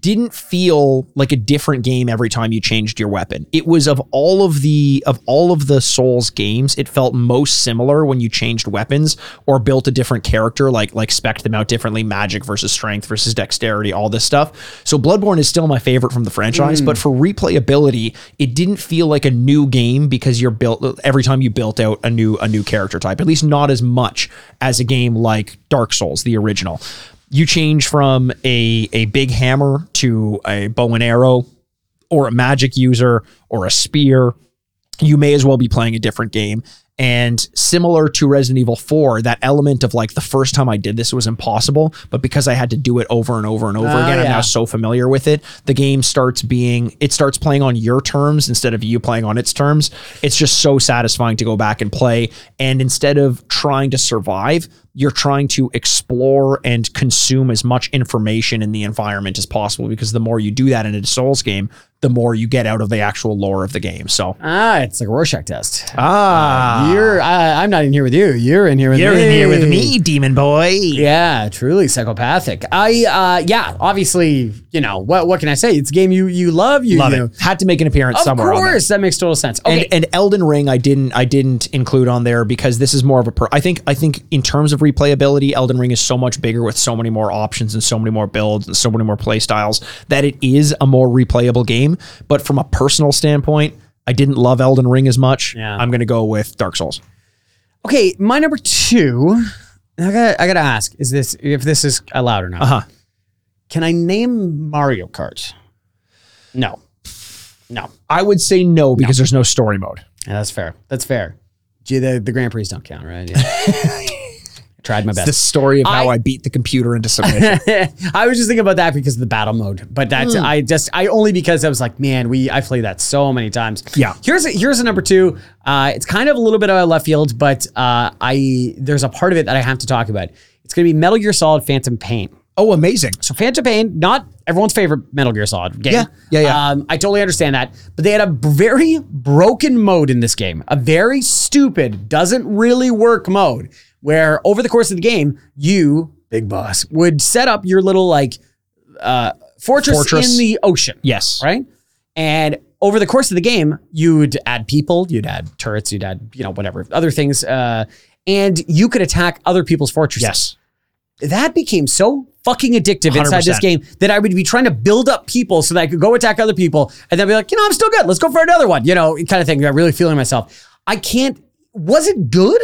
Speaker 4: didn't feel like a different game every time you changed your weapon. It was of all of the of all of the Souls games, it felt most similar when you changed weapons or built a different character, like like spec them out differently, magic versus strength versus dexterity, all this stuff. So Bloodborne is still my favorite from the franchise, but for replayability, it didn't feel like a new game because you're built every time you built out a new a new character type. At least not as much as a game like Dark Souls, the original you change from a a big hammer to a bow and arrow or a magic user or a spear you may as well be playing a different game and similar to Resident Evil 4 that element of like the first time I did this was impossible but because I had to do it over and over and over
Speaker 3: Oh,
Speaker 4: again I'm
Speaker 3: yeah.
Speaker 4: now so familiar with it the game starts being it starts playing on your terms instead of you playing on its terms it's just so satisfying to go back and play and instead of trying to survive you're trying to explore and consume as much information in the environment as possible because the more you do that in a Souls game the more you get out of the actual lore of the game so
Speaker 3: Ah, it's like a Rorschach test.
Speaker 4: Ah,
Speaker 3: You're I, I'm not in here with you. You're in here with
Speaker 4: you're
Speaker 3: me.
Speaker 4: in here with me, demon boy.
Speaker 3: Yeah, truly psychopathic. I uh yeah, obviously, you know, what what can I say? It's a game you you love, you
Speaker 4: Love
Speaker 3: you know.
Speaker 4: it. Had to make an appearance
Speaker 3: Of
Speaker 4: somewhere. on there.
Speaker 3: course, that makes total sense. Okay.
Speaker 4: And, and Elden Ring, I didn't, I didn't include on there because this is more of a. Per- I think, I think in terms of replayability, Elden Ring is so much bigger with so many more options and so many more builds and so many more play styles that it is a more replayable game. But from a personal standpoint, I didn't love Elden Ring as much.
Speaker 3: Yeah.
Speaker 4: I'm gonna go with Dark Souls.
Speaker 3: okay, my number 2, I got I got to ask, is this if this is allowed or not?
Speaker 4: Uh-huh.
Speaker 3: Can I name Mario Kart? No. No.
Speaker 4: I would say no because there's no story mode.
Speaker 3: Yeah, that's fair. That's fair. Gee, the, the Grand Prix don't count, right? Yeah. Tried my best.
Speaker 4: The story of how
Speaker 3: I-
Speaker 4: I beat the computer into submission.
Speaker 3: I was just thinking about that because of the battle mode, but that's I just I only because I was like, man, we I played that so many times.
Speaker 4: Yeah.
Speaker 3: here's a, here's a number two. Uh, it's kind of a little bit out of left field, but uh, I there's a part of it that I have to talk about. It's gonna be Metal Gear Solid Phantom Pain.
Speaker 4: oh, amazing.
Speaker 3: So Phantom Pain, not everyone's favorite Metal Gear Solid game.
Speaker 4: Yeah, yeah, yeah.
Speaker 3: Um, I totally understand that, but they had a b- very broken mode in this game, a very stupid, doesn't really work mode, where over the course of the game, you, Big Boss, would set up your little like uh, fortress,
Speaker 4: Fortress.
Speaker 3: in the ocean.
Speaker 4: Yes.
Speaker 3: Right. And over the course of the game, you'd add people, you'd add turrets, you'd add you know whatever other things, uh, and you could attack other people's fortresses
Speaker 4: Yes.
Speaker 3: that became so fucking addictive inside this
Speaker 4: 100%.
Speaker 3: game that I would be trying to build up people so that I could go attack other people and then be like, you know, I'm still good. Let's go for another one. You know, kind of thing. I'm really feeling myself. I can't. Was it good?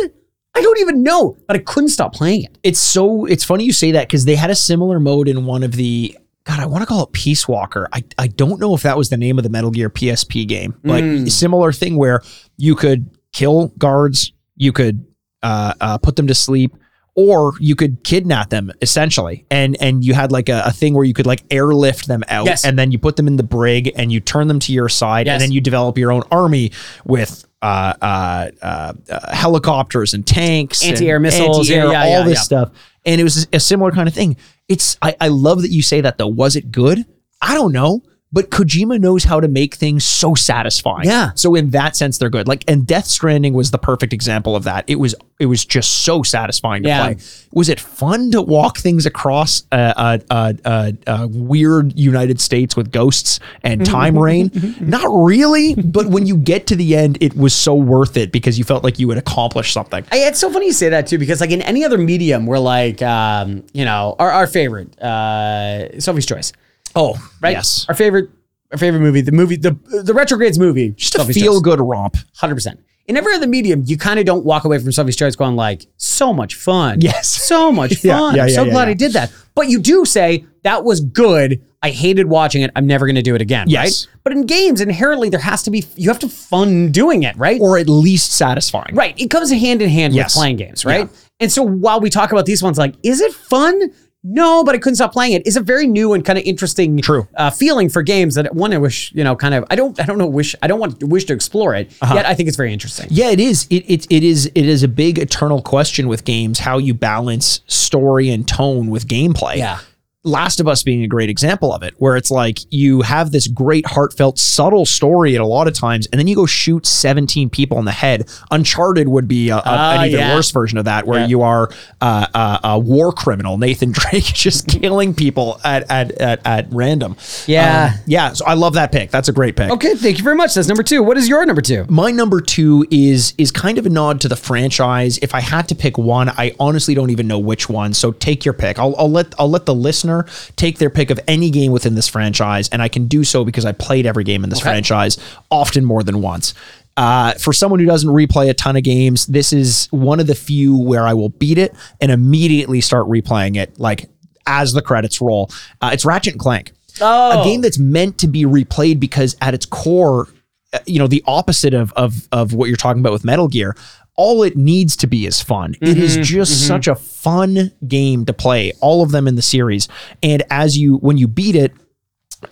Speaker 3: I don't even know, but I couldn't stop playing it.
Speaker 4: it's so it's funny you say that because they had a similar mode in one of the God, I want to call it Peace Walker. I, I don't know if that was the name of the Metal Gear PSP game, but
Speaker 3: Mm.
Speaker 4: similar thing where you could kill guards, you could uh, uh, put them to sleep, or you could kidnap them essentially, and and you had like a, a thing where you could like airlift them out,
Speaker 3: Yes.
Speaker 4: and then you put them in the brig and you turn them to your side,
Speaker 3: Yes.
Speaker 4: and then you develop your own army with. Uh, uh, uh, uh, helicopters and tanks, and
Speaker 3: Anti-air missiles,
Speaker 4: anti-air,
Speaker 3: yeah, yeah,
Speaker 4: all
Speaker 3: yeah,
Speaker 4: this
Speaker 3: yeah.
Speaker 4: stuff. And it was a similar kind of thing. It's I, I love that you say that though. Was it good? I don't know, but Kojima knows how to make things so satisfying.
Speaker 3: Yeah.
Speaker 4: So in that sense, they're good. Like and Death Stranding was the perfect example of that. It was it was just so satisfying to
Speaker 3: Yeah.
Speaker 4: play. Was it fun to walk things across uh, a, a, a, a, a uh, weird United States with ghosts and
Speaker 3: Mm-hmm.
Speaker 4: time rain? Not really, but when you get to the end, it was so worth it because you felt like you had accomplished something.
Speaker 3: I, it's so funny you say that too, because like in any other medium, we're like, um, you know, our, our favorite, uh, Sophie's Choice,
Speaker 4: Oh,
Speaker 3: right?
Speaker 4: yes.
Speaker 3: Our favorite, our favorite movie, the movie, the the retrogrades movie,
Speaker 4: Just a feel good romp.
Speaker 3: hundred percent. In every other medium, you kind of don't walk away from Sophie's Choice going like, so much fun,
Speaker 4: Yes.
Speaker 3: so much
Speaker 4: Yeah,
Speaker 3: fun.
Speaker 4: yeah,
Speaker 3: I'm
Speaker 4: yeah,
Speaker 3: so
Speaker 4: yeah,
Speaker 3: glad
Speaker 4: yeah.
Speaker 3: I did that. But you do say that was good. I hated watching it. I'm never going to do it again.
Speaker 4: Yes.
Speaker 3: Right? But in games, inherently, there has to be you have to fun doing it, right?
Speaker 4: or at least satisfying.
Speaker 3: Right. It comes hand in hand
Speaker 4: Yes.
Speaker 3: with playing games, right? And so while we talk about these ones, like, is it fun? No, but I couldn't stop playing it. It's a very new and kind of interesting
Speaker 4: True.
Speaker 3: Uh, feeling for games that one I wish, you know, kind of I don't I don't know wish I don't want wish to explore it.
Speaker 4: Uh-huh.
Speaker 3: Yet I think it's very interesting.
Speaker 4: Yeah, it is. It, it it is it is a big eternal question with games how you balance story and tone with gameplay.
Speaker 3: Yeah.
Speaker 4: Last of Us being a great example of it, where it's like you have this great heartfelt, subtle story at a lot of times, and then you go shoot 17 people in the head. Uncharted would be a, a-
Speaker 3: Ah,
Speaker 4: an even
Speaker 3: yeah.
Speaker 4: worse version of that, where
Speaker 3: Yeah.
Speaker 4: you are uh, uh, a war criminal, Nathan Drake, just killing people at at at, at random.
Speaker 3: Yeah.
Speaker 4: Um, yeah. So I love that pick. That's a great pick.
Speaker 3: Okay, thank you very much. That's number two. What is your number two?
Speaker 4: my number two is is kind of a nod to the franchise. If I had to pick one, I honestly don't even know which one. So take your pick. I'll, I'll let I'll let the listener take their pick of any game within this franchise, and I can do so because I played every game in this franchise, often more than once. Uh, for someone who doesn't replay a ton of games, this is one of the few where I will beat it and immediately start replaying it, like as the credits roll. Uh, it's Ratchet and Clank
Speaker 3: Oh.
Speaker 4: a game that's meant to be replayed because at its core, uh, you know, the opposite of of of what you're talking about with Metal Gear. All it needs to be is fun. It is just such a fun game to play. All of them in the series, and as you when you beat it,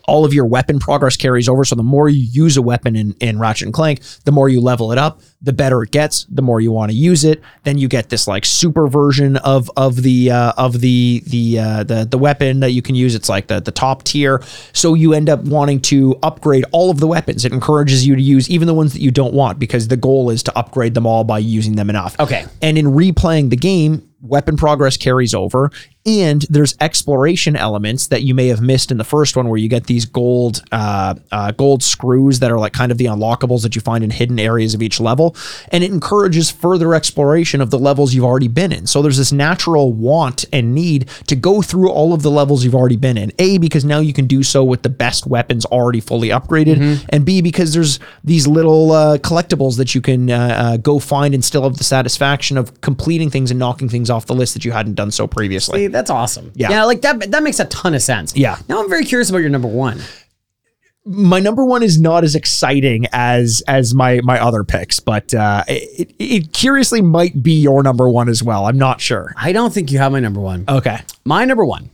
Speaker 4: all of your weapon progress carries over. So the more you use a weapon in, in Ratchet and Clank, the more you level it up, the better it gets, the more you want to use it. Then you get this like super version of of the uh, of the the uh, the the weapon that you can use. It's like the the top tier. So you end up wanting to upgrade all of the weapons. It encourages you to use even the ones that you don't want because the goal is to upgrade them all by using them enough.
Speaker 3: Okay.
Speaker 4: And in replaying the game, weapon progress carries over, and there's exploration elements that you may have missed in the first one, where you get these gold uh, uh, gold screws that are like kind of the unlockables that you find in hidden areas of each level, and it encourages further exploration of the levels you've already been in. So there's this natural want and need to go through all of the levels you've already been in. A because now you can do so with the best weapons already fully upgraded, and B because there's these little uh, collectibles that you can uh, uh, go find and still have the satisfaction of completing things and knocking things off the list that you hadn't done so previously.
Speaker 3: See, that's awesome.
Speaker 4: Yeah.
Speaker 3: yeah, like that. That makes a ton of sense.
Speaker 4: Yeah.
Speaker 3: Now I'm very curious about your number one.
Speaker 4: my number one is not as exciting as as my my other picks, but uh, it, it curiously might be your number one as well. I'm not sure.
Speaker 3: I don't think you have my number one.
Speaker 4: Okay.
Speaker 3: Uh, My number one.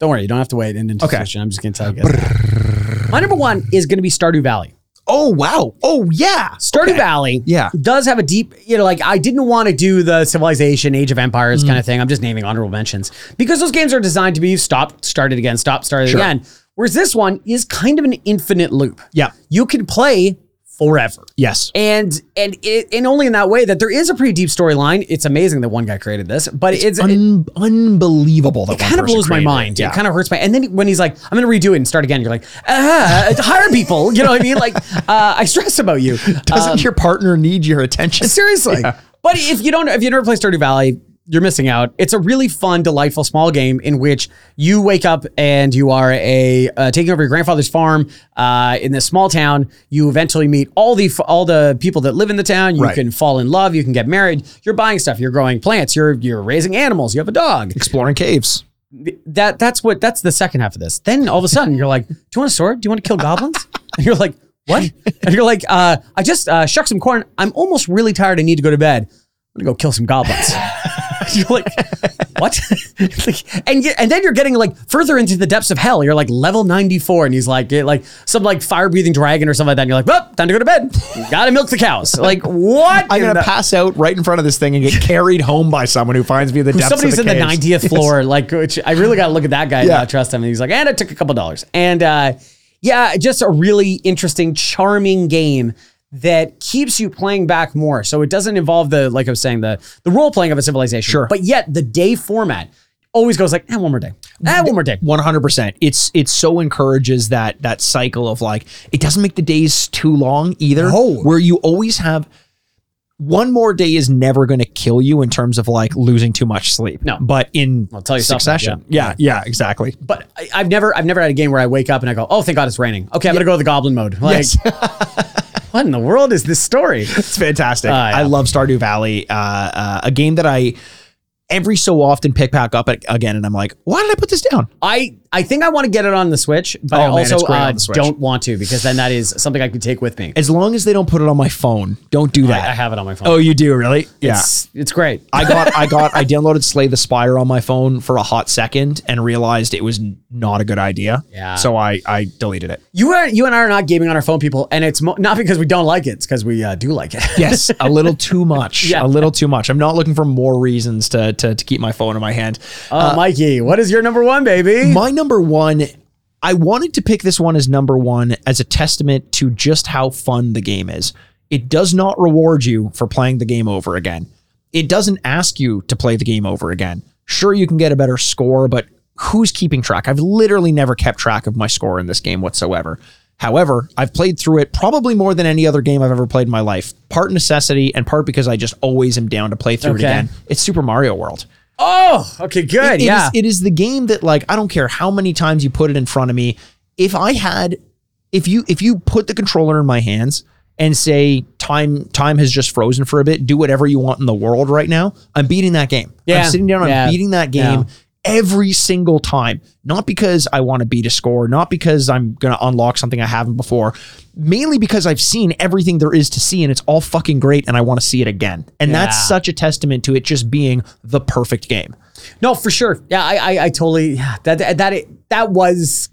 Speaker 3: Don't worry, you don't have to wait. And into
Speaker 4: Okay.
Speaker 3: discussion. I'm just gonna tell you. guys. my number one is gonna be Stardew Valley.
Speaker 4: Oh wow. Oh yeah.
Speaker 3: Stardew Valley,
Speaker 4: Yeah.
Speaker 3: does have a deep. You know, like I didn't want to do the Civilization, Age of Empires kind of thing. I'm just naming honorable mentions because those games are designed to be stop, started again, stop, started
Speaker 4: Sure.
Speaker 3: again. Whereas this one is kind of an infinite loop.
Speaker 4: Yeah.
Speaker 3: you can play forever.
Speaker 4: Yes.
Speaker 3: And and it, and only in that way that there is a pretty deep storyline. It's amazing that one guy created this, but it's, it-
Speaker 4: Un- unbelievable that one
Speaker 3: kind of
Speaker 4: person
Speaker 3: blows my
Speaker 4: created it.
Speaker 3: mind.
Speaker 4: Yeah.
Speaker 3: It kind of hurts my. And then when he's like, "I'm going to redo it and start again," you're like, "Ah, hire people." You know what I mean? Like, uh, I stress about you. Uh,
Speaker 4: um, Doesn't your partner need your attention?
Speaker 3: seriously. But if you don't, if you never play Stardew Valley, you're missing out. It's a really fun, delightful small game in which you wake up and you are a uh, taking over your grandfather's farm uh, in this small town. You eventually meet all the all the people that live in the town. You
Speaker 4: Right.
Speaker 3: can fall in love. You can get married. You're buying stuff. You're growing plants. You're you're raising animals. You have a dog.
Speaker 4: exploring caves.
Speaker 3: That that's what that's the second half of this. Then all of a sudden you're like, do you want a sword? Do you want to kill goblins? And you're like, what? And you're like, uh, I just uh, shuck some corn. I'm almost really tired. I need to go to bed. I'm gonna go kill some goblins. you're like, what? It's like, and you, and then you're getting like further into the depths of hell. You're like level 94, and he's like, get, like some like fire breathing dragon or something like that. And you're like, well, time to go to bed. Gotta milk the cows. Like what?
Speaker 4: I'm
Speaker 3: in
Speaker 4: gonna
Speaker 3: the-
Speaker 4: pass out right in front of this thing and get carried home by someone who finds me in the depths
Speaker 3: somebody's
Speaker 4: of the
Speaker 3: in
Speaker 4: caves.
Speaker 3: the 90th floor like which i really got to look at that guy and
Speaker 4: Yeah.
Speaker 3: not trust him and he's like and i took a couple dollars and uh yeah just a really interesting charming game that keeps you playing back more so it doesn't involve the like i was saying the the role playing of a civilization
Speaker 4: Sure.
Speaker 3: but yet the day format always goes like eh, one more day eh, one more day
Speaker 4: One hundred percent. It's it so encourages that that cycle of like it doesn't make the days too long either.
Speaker 3: No.
Speaker 4: Where you always have one more day is never going to kill you in terms of like losing too much sleep.
Speaker 3: No.
Speaker 4: but in
Speaker 3: I'll tell you something,
Speaker 4: succession. Yeah. yeah, exactly.
Speaker 3: but I, i've never i've never had a game where i wake up and i go oh thank god it's raining okay i'm gonna go to the goblin mode like
Speaker 4: Yes.
Speaker 3: what in the world is this story
Speaker 4: It's fantastic.
Speaker 3: Ah, yeah.
Speaker 4: I love Stardew Valley. Uh, uh, a game that I every so often pick back up ag- again, and I'm like, why did I put this down?
Speaker 3: I I think I want to get it on the Switch, but I
Speaker 4: Oh, man, it's
Speaker 3: also
Speaker 4: great
Speaker 3: uh,
Speaker 4: on the Switch.
Speaker 3: don't want to because then that is something I could take with me.
Speaker 4: As long as they don't put it on my phone, don't do
Speaker 3: I, I
Speaker 4: that.
Speaker 3: have it on my phone.
Speaker 4: oh, you do really? Yeah.
Speaker 3: it's, it's great.
Speaker 4: I got I got I downloaded Slay the Spire on my phone for a hot second and realized it was n- not a good idea.
Speaker 3: Yeah.
Speaker 4: So I I deleted it.
Speaker 3: You are you and I are not gaming on our phone, people, and it's mo- not because we don't like it; it's because we uh, do like it.
Speaker 4: Yes, a little too much.
Speaker 3: Yeah.
Speaker 4: A little too much. I'm not looking for more reasons to to, to keep my phone in my hand.
Speaker 3: Oh, Mikey, what is your number one, baby?
Speaker 4: Uh, My number one, I wanted to pick this one as number one as a testament to just how fun the game is. It does not reward you for playing the game over again. It doesn't ask you to play the game over again. Sure, you can get a better score, but who's keeping track? I've literally never kept track of my score in this game whatsoever. However, I've played through it probably more than any other game I've ever played in my life, part necessity and part because I just always am down to play through
Speaker 3: Okay.
Speaker 4: it again. It's Super Mario World.
Speaker 3: oh, okay, good.
Speaker 4: It is-
Speaker 3: yeah,
Speaker 4: it is the game that like I don't care how many times you put it in front of me. If I had if you if you put the controller in my hands and say time time has just frozen for a bit, do whatever you want in the world right now, I'm beating that game.
Speaker 3: Yeah.
Speaker 4: I'm sitting down, I'm
Speaker 3: Yeah.
Speaker 4: beating that game.
Speaker 3: Yeah.
Speaker 4: Every single time, not because I want to beat a score, not because I'm going to unlock something I haven't before, mainly because I've seen everything there is to see and it's all fucking great and I want to see it again. And
Speaker 3: Yeah.
Speaker 4: that's such a testament to it just being the perfect game.
Speaker 3: no, for sure. Yeah, I I, I totally yeah, that that that, that was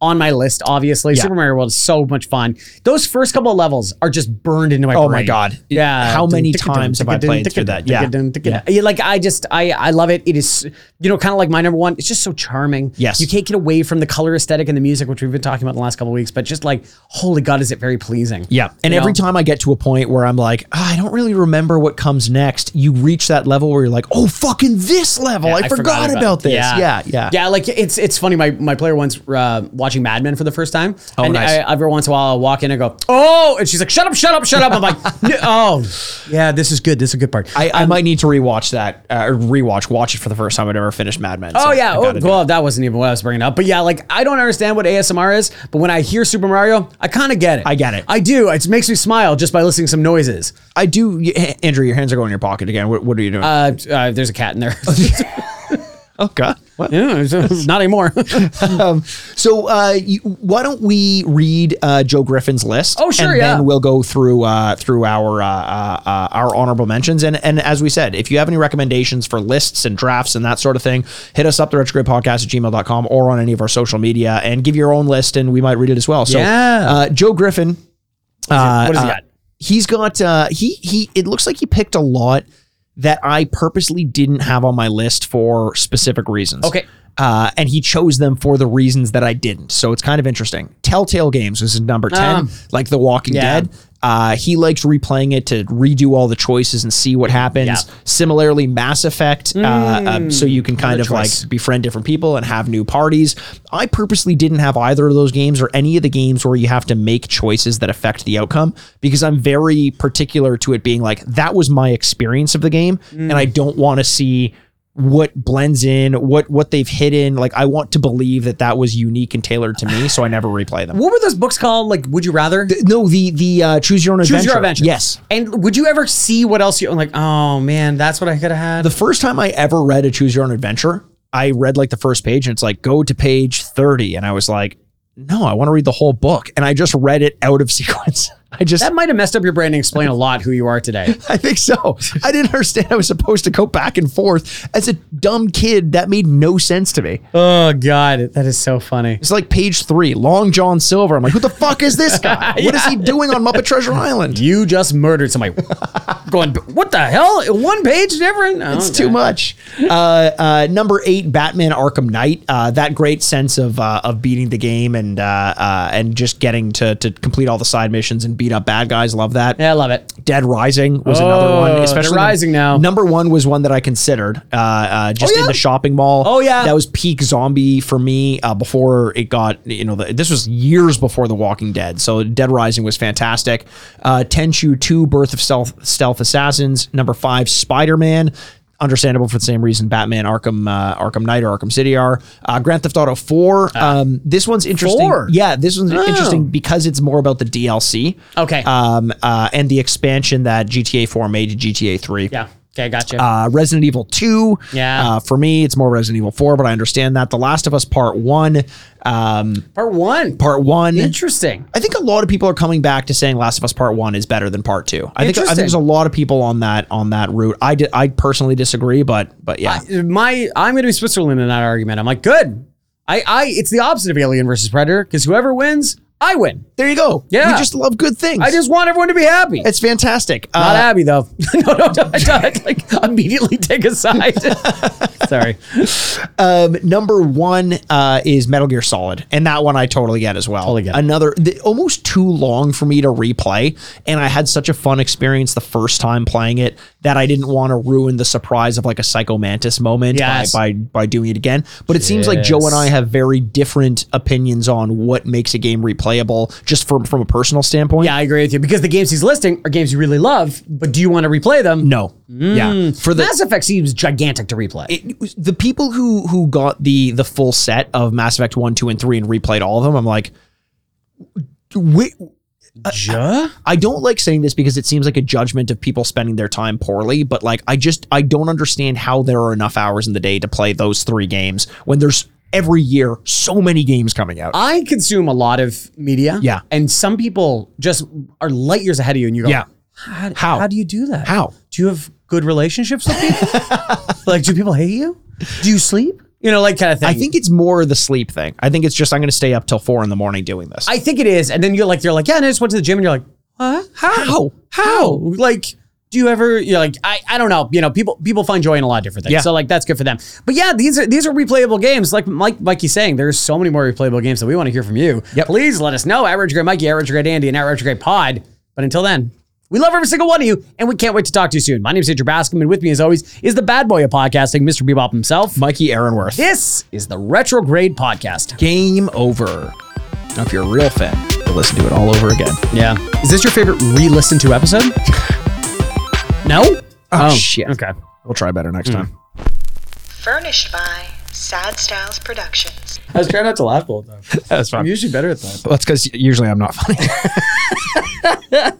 Speaker 3: on my list. Obviously,
Speaker 4: Yeah.
Speaker 3: Super Mario World is so much fun. Those first couple of levels are just burned into my
Speaker 4: Oh
Speaker 3: brain.
Speaker 4: my god!
Speaker 3: Yeah.
Speaker 4: How many times have I played through that? Yeah.
Speaker 3: Yeah, Like I just I I love it. It is you know kind of like my number one. It's just so charming.
Speaker 4: Yes.
Speaker 3: You can't get away from the color aesthetic and the music, which we've been talking about in the last couple of weeks. But just like holy god, is it very pleasing?
Speaker 4: Yeah. And
Speaker 3: You
Speaker 4: every
Speaker 3: know?
Speaker 4: time I get to a point where I'm like, "Ah, I don't really remember what comes next, you reach that level where you're like, oh, fucking this level. Oh, I, forgot, about, this. Yeah. Yeah.
Speaker 3: yeah, Like it's it's funny. My my player once uh, watching Mad Men for the first time, oh, and
Speaker 4: nice.
Speaker 3: I, every once in a while I walk in and go, oh, and she's like, shut up, shut up, shut up. I'm like, "No- oh, yeah, this is good. This is a good part.
Speaker 4: I, I might need to rewatch that, uh, or rewatch, watch it for the first time I've ever finished Mad Men. so
Speaker 3: Oh yeah.
Speaker 4: I
Speaker 3: Oh,
Speaker 4: gotta do
Speaker 3: well, that wasn't even what I was bringing up. But yeah, like I don't understand what ASMR is, but when I hear Super Mario, I kind of get it.
Speaker 4: I get it.
Speaker 3: I do. It makes me smile just by listening to some noises.
Speaker 4: I do. y- Andrew, your hands are going in your pocket again. What, what are you doing?
Speaker 3: Uh, uh, there's a cat in there.
Speaker 4: okay. What?
Speaker 3: Yeah, it's- uh, Not anymore.
Speaker 4: Um, so uh, you, why don't we read uh, Joe Griffin's list?
Speaker 3: Oh, sure,
Speaker 4: and
Speaker 3: yeah.
Speaker 4: Then we'll go through uh, through our uh, uh, uh, our honorable mentions, and and as we said, if you have any recommendations for lists and drafts and that sort of thing, hit us up the retrograde podcast at gmail.com or on any of our social media, and give your own list, and we might read it as well. So,
Speaker 3: Yeah.
Speaker 4: uh, Joe Griffin. Uh,
Speaker 3: What does he
Speaker 4: uh,
Speaker 3: got?
Speaker 4: He's got uh, he he. It looks like he picked a lot that I purposely didn't have on my list for specific reasons.
Speaker 3: Okay.
Speaker 4: Uh, and he chose them for the reasons that I didn't. So it's kind of interesting. Telltale Games was his number 10,
Speaker 3: Um,
Speaker 4: like The Walking
Speaker 3: yeah.
Speaker 4: Dead. Uh, he likes replaying it to redo all the choices and see what happens.
Speaker 3: Yeah. Hmm.
Speaker 4: Similarly, Mass Effect, uh, um, so you can kind
Speaker 3: another
Speaker 4: of
Speaker 3: choice.
Speaker 4: like befriend different people and have new parties. I purposely didn't have either of those games or any of the games where you have to make choices that affect the outcome because I'm very particular to it being like that was my experience of the game
Speaker 3: Hmm.
Speaker 4: and I don't want to see what blends in, what what they've hidden. Like I want to believe that that was unique and tailored to me, so I never replay them.
Speaker 3: What were those books called? Like, would you rather?
Speaker 4: No, the the uh, choose your own adventure.
Speaker 3: Choose your adventure.
Speaker 4: Yes.
Speaker 3: And would you ever see what else you own? Like, oh man, that's what I could have had.
Speaker 4: The first time I ever read a choose your own adventure, I read like the first page and it's like go to page 30 and I was like, "No, I want to read the whole book." And I just read it out of sequence. I just
Speaker 3: that might have messed up your brain and explain a lot who you are today.
Speaker 4: I think so. I didn't understand I was supposed to go back and forth. As a dumb kid, that made no sense to me.
Speaker 3: oh God, that is so funny.
Speaker 4: It's like page three, Long John Silver. I'm like, who the fuck is this guy? What is he doing on Muppet Treasure Island?
Speaker 3: You just murdered somebody. Going, what the hell? One page different? Oh,
Speaker 4: It's
Speaker 3: okay.
Speaker 4: too much. Uh, uh, number eight, Batman: Arkham Knight. Uh, that great sense of uh, of beating the game and uh, uh, and just getting to to complete all the side missions and beat up bad guys. Love that.
Speaker 3: Yeah, I love it.
Speaker 4: Dead Rising was another
Speaker 3: Oh,
Speaker 4: one.
Speaker 3: Dead
Speaker 4: Especially the-
Speaker 3: Rising now.
Speaker 4: Number one was one that I considered uh, uh, just
Speaker 3: yeah?
Speaker 4: in the shopping mall.
Speaker 3: Oh, yeah.
Speaker 4: that was peak zombie for me uh, before it got you know the, this was years before The Walking Dead. So Dead Rising was fantastic. Uh, Tenchu Two: Birth of Stealth, Stealth Assassins. Number five, Spider Man. Understandable for the same reason Batman, Arkham, uh, Arkham Knight, or Arkham City are. Uh, Grand Theft Auto 4. Um, this one's interesting.
Speaker 3: Uh, Four? Oh.
Speaker 4: Yeah, this one's interesting because it's more about the DLC
Speaker 3: Okay.
Speaker 4: um, uh, and the expansion that GTA 4 made to GTA 3.
Speaker 3: yeah. Okay, gotcha.
Speaker 4: Uh, Resident Evil 2.
Speaker 3: Yeah.
Speaker 4: Uh, for me, it's more Resident Evil 4, but I understand that. The Last of Us Part 1. Um,
Speaker 3: Part one.
Speaker 4: part 1.
Speaker 3: Interesting.
Speaker 4: I think a lot of people are coming back to saying Last of Us Part One is better than Part Two. I think I think
Speaker 3: Interesting.
Speaker 4: there's a lot of people on that on that route. I did, I personally disagree, but but yeah,
Speaker 3: My, I'm going to be Switzerland in that argument. I'm like, good. I, I, it's the opposite of Alien versus Predator because whoever wins, I win.
Speaker 4: there you go.
Speaker 3: Yeah.
Speaker 4: we just love good things.
Speaker 3: I just want everyone to be happy.
Speaker 4: it's fantastic.
Speaker 3: Not
Speaker 4: Uh,
Speaker 3: Abby though. no, no, no, don't, like immediately take a side. Sorry.
Speaker 4: Um, number one uh, is Metal Gear Solid, and that one I totally get as well.
Speaker 3: Totally get it.
Speaker 4: Another th- almost too long for me to replay, and I had such a fun experience the first time playing it that I didn't want to ruin the surprise of like a Psycho Mantis moment
Speaker 3: Yes.
Speaker 4: by, by by doing it again. But it seems like Joe and I have very different opinions on what makes a game replayable, just from from a personal standpoint.
Speaker 3: Yeah, I agree with you because the games he's listing are games you really love, but do you want to replay them?
Speaker 4: No.
Speaker 3: Mm.
Speaker 4: Yeah. For the
Speaker 3: Mass Effect seems gigantic to replay.
Speaker 4: it was- the people who who got the the full set of Mass Effect one, two, and three and replayed all of them, I'm like, we,
Speaker 3: Juh?
Speaker 4: I don't like saying this because it seems like a judgment of people spending their time poorly, but like I just I don't understand how there are enough hours in the day to play those three games when there's every year so many games coming out.
Speaker 3: I consume a lot of media.
Speaker 4: Yeah.
Speaker 3: And some people just are light years ahead of you and you go,
Speaker 4: Yeah.
Speaker 3: How,
Speaker 4: How?
Speaker 3: how? do you do that?
Speaker 4: How?
Speaker 3: Do you have good relationships with people? like, do people hate you? Do you sleep? You know, like kind of thing.
Speaker 4: I think it's more the sleep thing. I think it's just I'm going to stay up till four in the morning doing this.
Speaker 3: I think it is. And then you're like, you're like, yeah, and I just went to the gym, and you're like, huh? How? How? Like, do you ever? You're like, I, I don't know. You know, people people find joy in a lot of different things.
Speaker 4: Yeah.
Speaker 3: So like, that's good for them. But yeah, these are these are replayable games. Like Mike Mikey's saying, there's so many more replayable games that we want to hear from you.
Speaker 4: Yep.
Speaker 3: Please let us know. Average grade Mikey, average grade Andy, and average grade Pod. But until then. We love every single one of you, and we can't wait to talk to you soon. My name is Andrew Bascom, and with me, as always, is the bad boy of podcasting, Mr. Bebop himself.
Speaker 4: Mikey Aaronworth.
Speaker 3: This is the Retrograde Podcast.
Speaker 4: Game over. Now, if you're a real fan, you'll listen to it all over again. Oh,
Speaker 3: Yeah. Is this your favorite re-listen to episode? No?
Speaker 4: Oh, shit.
Speaker 3: Okay.
Speaker 4: We'll try better next time.
Speaker 1: Furnished by Sad Styles Productions.
Speaker 3: I was trying not to laugh all the time.
Speaker 4: That's fine.
Speaker 3: usually better at that.
Speaker 4: That's because usually I'm not funny.